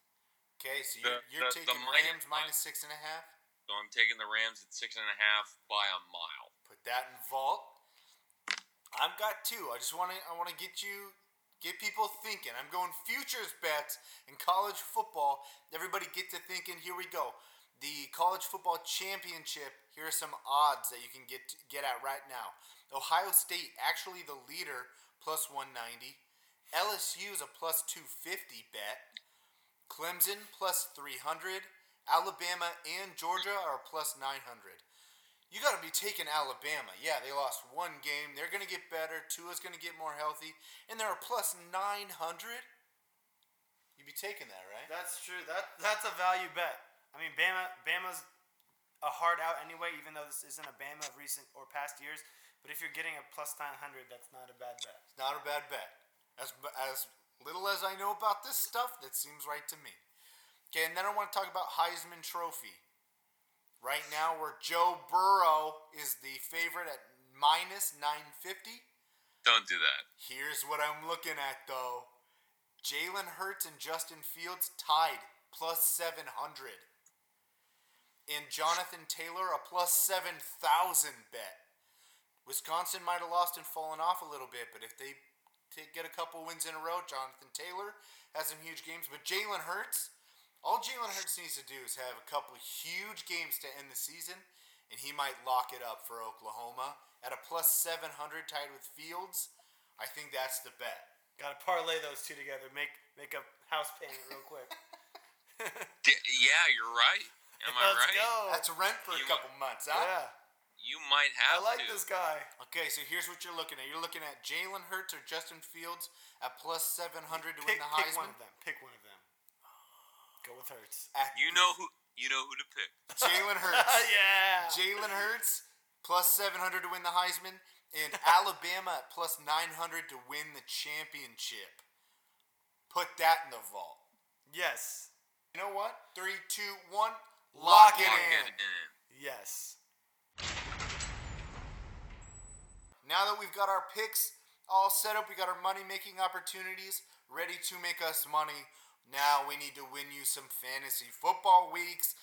S1: Okay, so
S3: The-
S1: you're, you're
S3: the- the
S1: taking
S3: minus
S1: Rams minus six and a half.
S3: So I'm taking the Rams at six and a half by a mile.
S1: Put that in vault. I've got two. I just want to. I want to get you, get people thinking. I'm going futures bets in college football. Everybody get to thinking. Here we go. The college football championship. Here are some odds that you can get get at right now. Ohio State actually the leader plus 190. LSU is a plus 250 bet. Clemson plus 300. Alabama and Georgia are plus 900. You got to be taking Alabama. Yeah, they lost one game. They're going to get better. Tua's going to get more healthy. And they're a plus 900. You'd be taking that, right?
S2: That's true. That that's a value bet. I mean, Bama Bama's a hard out anyway, even though this isn't a Bama of recent or past years. But if you're getting a plus nine hundred, that's not a bad bet.
S1: It's not a bad bet. As, as little as I know about this stuff, that seems right to me. Okay, and then I want to talk about Heisman Trophy. Right now, where Joe Burrow is the favorite at minus 950.
S3: Don't do that.
S1: Here's what I'm looking at though. Jalen Hurts and Justin Fields tied plus 700. And Jonathan Taylor a plus 7,000 bet. Wisconsin might have lost and fallen off a little bit, but if they ta- get a couple wins in a row, Jonathan Taylor has some huge games. But Jalen Hurts, all Jalen Hurts needs to do is have a couple huge games to end the season, and he might lock it up for Oklahoma at a plus 700 tied with Fields. I think that's the bet.
S2: Got to parlay those two together. Make make a house payment real quick.
S3: D- yeah, you're right. Am I right?
S2: Oh.
S1: That's rent for a couple months, huh?
S3: Yeah. you might have
S2: I like
S3: to.
S2: this guy.
S1: Okay, so here's what you're looking at. You're looking at Jalen Hurts or Justin Fields at plus 700 to win
S2: Pick,
S1: the
S2: pick
S1: Heisman.
S2: one of them. Pick one of them. Go with Hurts.
S3: You know who you know who to pick.
S1: Jalen Hurts.
S2: yeah.
S1: Jalen Hurts plus 700 to win the Heisman and Alabama at plus 900 to win the championship. Put that in the vault.
S2: Yes.
S1: You know what? Three, two, one.
S2: Lock
S1: Lock, it
S2: it
S1: in.
S2: Yes.
S1: Now that we've got our picks all set up, we got our money making opportunities ready to make us money. Now we need to win you some fantasy football weeks.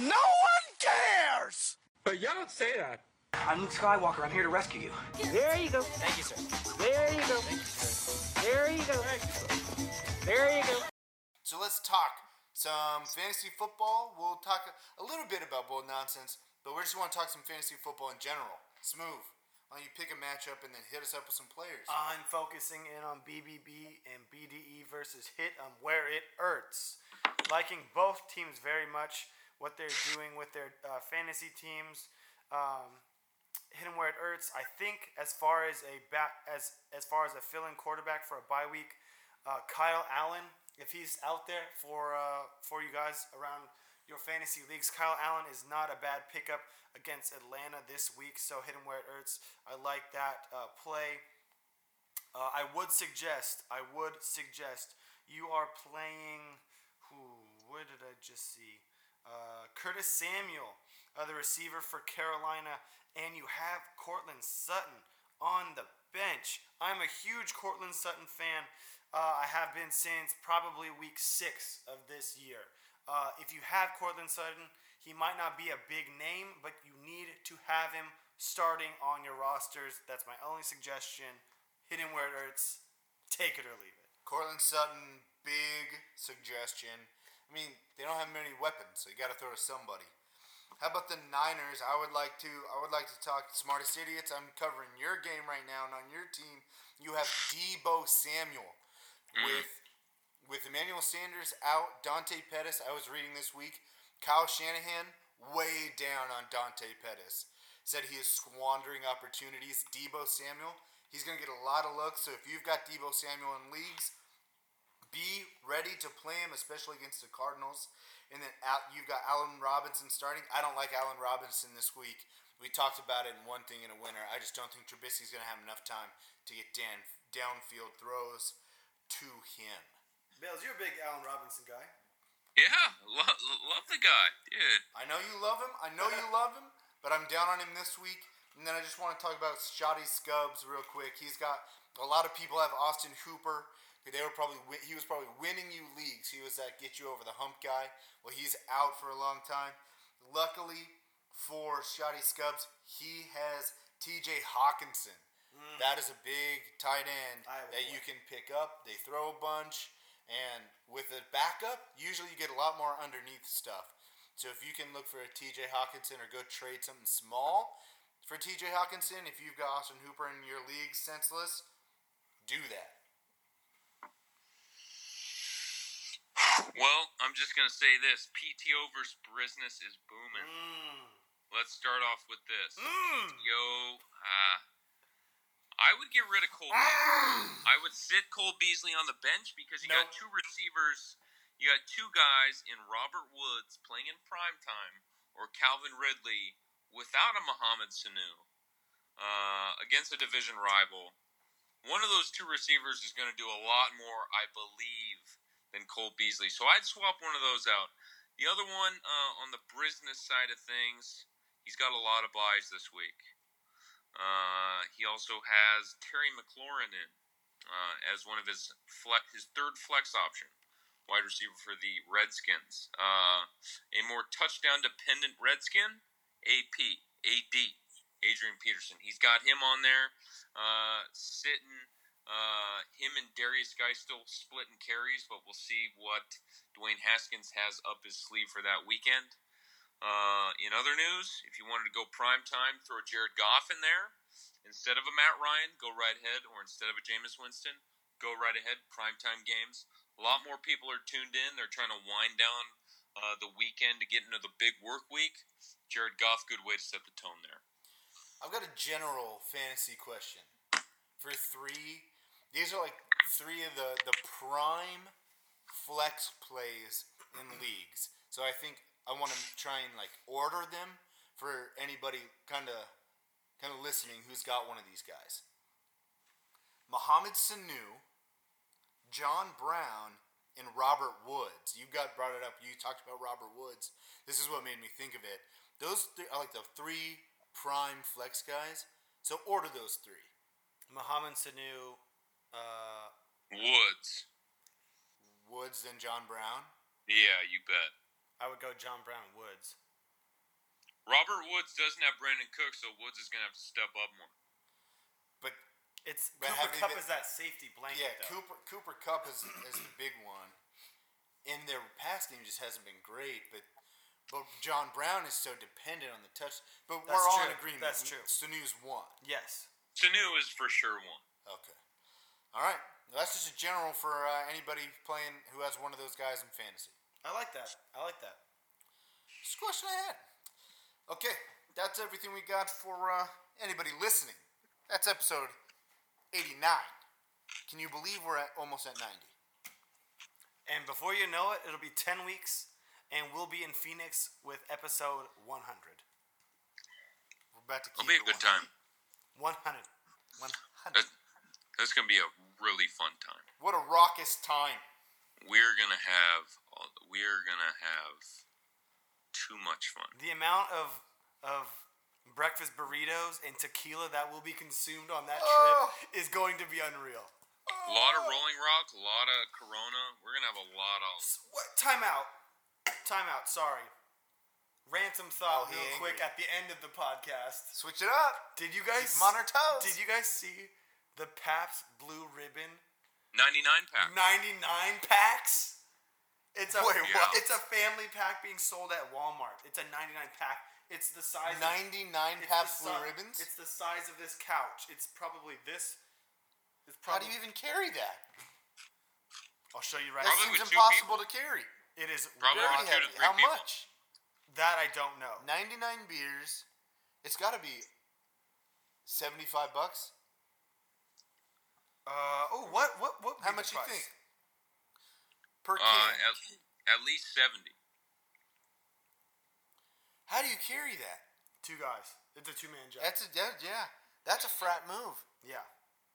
S6: No one cares!
S18: But y'all don't say that.
S6: I'm Luke Skywalker. I'm here to rescue you. There you go. Thank you, sir. There you go. There you go.
S1: There you go. So let's talk some fantasy football. We'll talk a little bit about bold nonsense, but we just want to talk some fantasy football in general. Smooth. Why don't you pick a matchup and then hit us up with some players?
S2: I'm focusing in on BBB and BDE versus hit on where it hurts. Liking both teams very much, what they're doing with their uh, fantasy teams. Um, hit 'em where it hurts. I think as far as a back as as far as a fill-in quarterback for a bye week, uh, Kyle Allen, if he's out there for uh, for you guys around your fantasy leagues, Kyle Allen is not a bad pickup against Atlanta this week. So hit 'em where it hurts. I like that uh, play. Uh, I would suggest, I would suggest you are playing. Who? What did I just see? Uh, Curtis Samuel, uh, the receiver for Carolina, and you have Cortland Sutton on the bench. I'm a huge Cortland Sutton fan. Uh, I have been since probably week six of this year. Uh, if you have Cortland Sutton, he might not be a big name, but you need to have him starting on your rosters. That's my only suggestion. Hit him where it hurts. Take it or leave it.
S1: Cortland Sutton, big suggestion. I mean, they don't have many weapons, so you got to throw to somebody. How about the Niners? I would like to. I would like to talk smartest idiots. I'm covering your game right now, and on your team, you have Debo Samuel with with Emmanuel Sanders out. Dante Pettis. I was reading this week. Kyle Shanahan way down on Dante Pettis. Said he is squandering opportunities. Debo Samuel. He's going to get a lot of looks. So if you've got Debo Samuel in leagues, be ready to play him, especially against the Cardinals. And then out, you've got Allen Robinson starting. I don't like Allen Robinson this week. We talked about it in one thing in a winner. I just don't think Trubisky's going to have enough time to get down, downfield throws to him.
S2: Bales, you're a big Allen Robinson guy.
S3: Yeah, lo- lo- love the guy, dude.
S1: I know you love him. I know you love him, but I'm down on him this week. And then I just want to talk about Shoddy Scubbs real quick. He's got a lot of people have Austin Hooper. who They were probably wi- he was probably winning you leagues. He was that get you over the hump guy. Well, he's out for a long time. Luckily for Shoddy Scubbs, he has T.J. Hawkinson. That is a big tight end that you can pick up. They throw a bunch, and with a backup, usually you get a lot more underneath stuff. So if you can look for a TJ Hawkinson or go trade something small for TJ Hawkinson, if you've got Austin Hooper in your league senseless, do that.
S3: Well, I'm just gonna say this: PTO versus business is booming. Let's start off with this. PTO. Uh, I would get rid of Cole. Beasley. I would sit Cole Beasley on the bench because you got two receivers. You got two guys in Robert Woods playing in prime time, or Calvin Ridley without a Mohamed Sanu uh, against a division rival. One of those two receivers is going to do a lot more, I believe, than Cole Beasley. So I'd swap one of those out. The other one uh, on the business side of things, he's got a lot of buys this week. Uh, he also has Terry McLaurin in uh, as one of his fle- his third flex option, wide receiver for the Redskins. Uh, a more touchdown dependent Redskin, AP AD Adrian Peterson. He's got him on there uh, sitting. Uh, him and Darius Guy still splitting carries, but we'll see what Dwayne Haskins has up his sleeve for that weekend. Uh, in other news, if you wanted to go prime time, throw Jared Goff in there. Instead of a Matt Ryan, go right ahead, or instead of a Jameis Winston, go right ahead. Prime time games. A lot more people are tuned in. They're trying to wind down uh, the weekend to get into the big work week. Jared Goff, good way to set the tone there.
S1: I've got a general fantasy question for three. These are like three of the, the prime flex plays in leagues. So I think I want to try and like order them for anybody kind of kind of listening who's got one of these guys. Mohamed Sanu, John Brown, and Robert Woods. You got brought it up. You talked about Robert Woods. This is what made me think of it. Those three are like the three prime flex guys. So order those three.
S2: Mohamed Sanu, uh,
S3: Woods.
S1: Woods, then John Brown.
S3: Yeah, you bet.
S2: I would go John Brown Woods.
S3: Robert Woods doesn't have Brandon Cook, so Woods is going to have to step up more.
S2: It's
S1: But
S2: Cooper
S1: having
S2: Cup
S1: the-
S2: is that safety blanket.
S1: Yeah,
S2: though.
S1: Cooper Cooper Cup is, is the big one, and their pass game just hasn't been great. But but John Brown is so dependent on the touch. But
S2: That's
S1: we're all in
S2: true.
S1: agreement.
S2: That's true.
S1: Sanu's one.
S2: Yes.
S3: Sanu is for sure one.
S1: Okay. All right. Now, that's just a general for uh, anybody playing who has one of those guys in fantasy.
S2: I like that. I like that.
S1: Just a question I had. Okay, that's everything we got for uh, anybody listening. That's episode 89. Can you believe we're at almost at 90?
S2: And before you know it, it'll be 10 weeks, and we'll be in Phoenix with episode 100.
S1: We're about to
S3: It'll be a good time.
S2: 100.
S3: That, that's going to be a really fun time.
S1: What a raucous time.
S3: We're going to have we're going to have too much fun.
S2: The amount of of breakfast burritos and tequila that will be consumed on that
S1: Oh.
S2: trip is going to be unreal.
S3: A lot of Rolling Rock, a lot of Corona. We're gonna have a lot of.
S2: What time out? Time out. Sorry. Ransom thought
S1: Oh, he
S2: real quick
S1: angry.
S2: at the end of the podcast.
S1: Switch it up.
S2: Did you guys
S1: Keep 'em on our toes.
S2: Did you guys see the Pabst Blue Ribbon
S3: 99 pack.
S2: 99 packs? It's a
S1: Wait, what?
S2: it's a family pack being sold at Walmart. It's a 99 pack. It's the size of-
S1: 99
S2: it's
S1: Pabst
S2: the
S1: Blue
S2: si-
S1: Ribbons?
S2: It's the size of this couch. It's probably this it's
S1: How do
S2: probably
S1: you even carry that?
S2: I'll show you right
S1: That
S2: now.
S1: seems impossible to carry.
S2: It is
S1: Probably
S2: very
S1: with two to
S2: heavy.
S1: three How people. much?
S2: That I don't know.
S1: 99 beers. It's got to be 75 bucks.
S2: Uh oh, what what what
S1: How much you think? Per
S3: Uh,
S1: can.
S3: at, at least 70.
S1: How do you carry that?
S2: Two guys. It's a two man job.
S1: That's a that, yeah. That's a frat move.
S2: Yeah.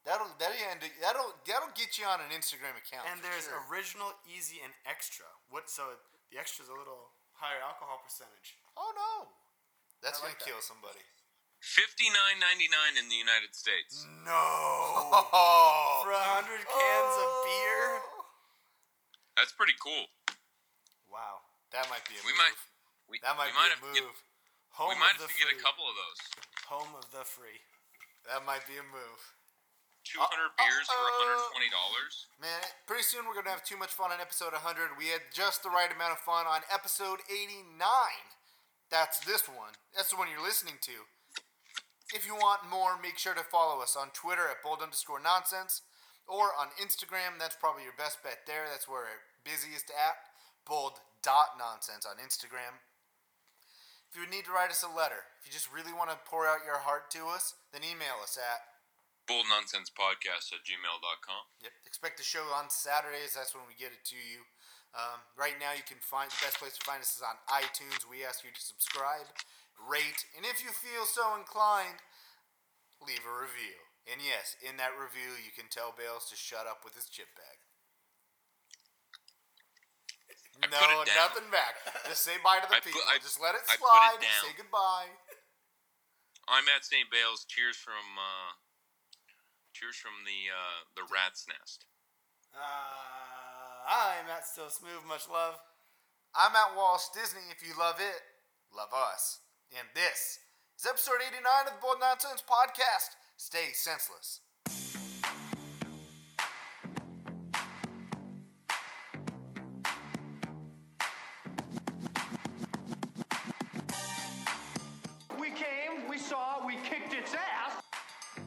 S1: That'll that'll end, that'll that'll get you on an Instagram account.
S2: And
S1: for
S2: there's
S1: sure.
S2: original, easy, and extra. What? So the extra's a little higher alcohol percentage.
S1: Oh no. That's
S2: I like
S1: gonna kill somebody.
S3: 59.99 in the United States.
S1: Mm.
S2: No.
S1: Oh.
S2: For a hundred cans of beer.
S3: That's pretty cool.
S2: Wow.
S1: That might be a
S3: We
S1: move.
S3: might- we-
S1: that might
S3: we might
S1: be a
S3: have to get-
S1: move.
S2: Home
S3: we might
S2: of the
S3: have to get a
S2: free.
S3: couple of those.
S2: Home of the free.
S1: That might be a move.
S3: 200
S1: Uh,
S3: beers for
S1: uh-oh.
S3: $120.
S1: Man, pretty soon we're gonna have too much fun on episode 100. We had just the right amount of fun on episode 89. That's this one. That's the one you're listening to. If you want more, make sure to follow us on Twitter at bold underscore nonsense or on Instagram. That's probably your best bet there. That's where we're busiest at bold dot nonsense on Instagram. If you need to write us a letter, if you just really want to pour out your heart to us, then email us at
S3: Bull Nonsense Podcast at gmail.com.
S1: Yep. Expect the show on Saturdays. That's when we get it to you. Um, right now, you can find the best place to find us is on iTunes. We ask you to subscribe, rate, and if you feel so inclined, leave a review. And yes, in that review, you can tell Bales to shut up with his chip bag.
S3: I
S1: no,
S3: put it down.
S1: nothing back. Just say bye to the
S3: I put-
S1: people.
S3: I-
S1: Just let it
S3: I put it
S1: slide.
S3: down.
S1: Say goodbye.
S3: I'm at St. Bales. Cheers from uh, cheers from the uh, the Rat's Nest.
S2: Uh, I'm at still smooth. Much love.
S1: I'm at Walsh Disney. If you love it, love us. And this is episode 89 of the Bold Nonsense Podcast. Stay senseless.
S18: We came, we saw, we kicked its ass.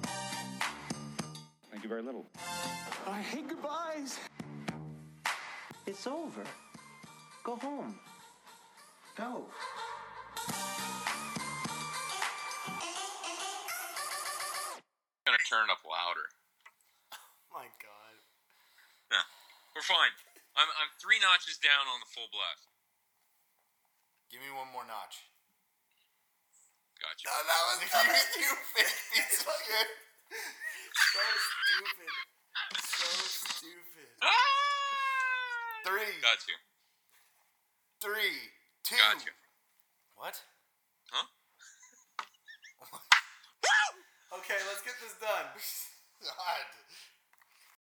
S7: Thank you very little.
S6: I hate goodbyes. It's over. Go home.
S10: Go.
S3: gonna turn up louder.
S2: My God.
S3: Yeah, we're fine. I'm, I'm three notches down on the full blast.
S1: Give me one more notch.
S3: Gotcha.
S1: No, Oh, that was that was you, fake piece of shit.
S2: So stupid. So stupid.
S1: Three,
S3: Ah! Got you.
S1: three, two.
S3: Gotcha.
S1: What?
S3: Huh?
S2: Okay, let's get this done.
S1: God.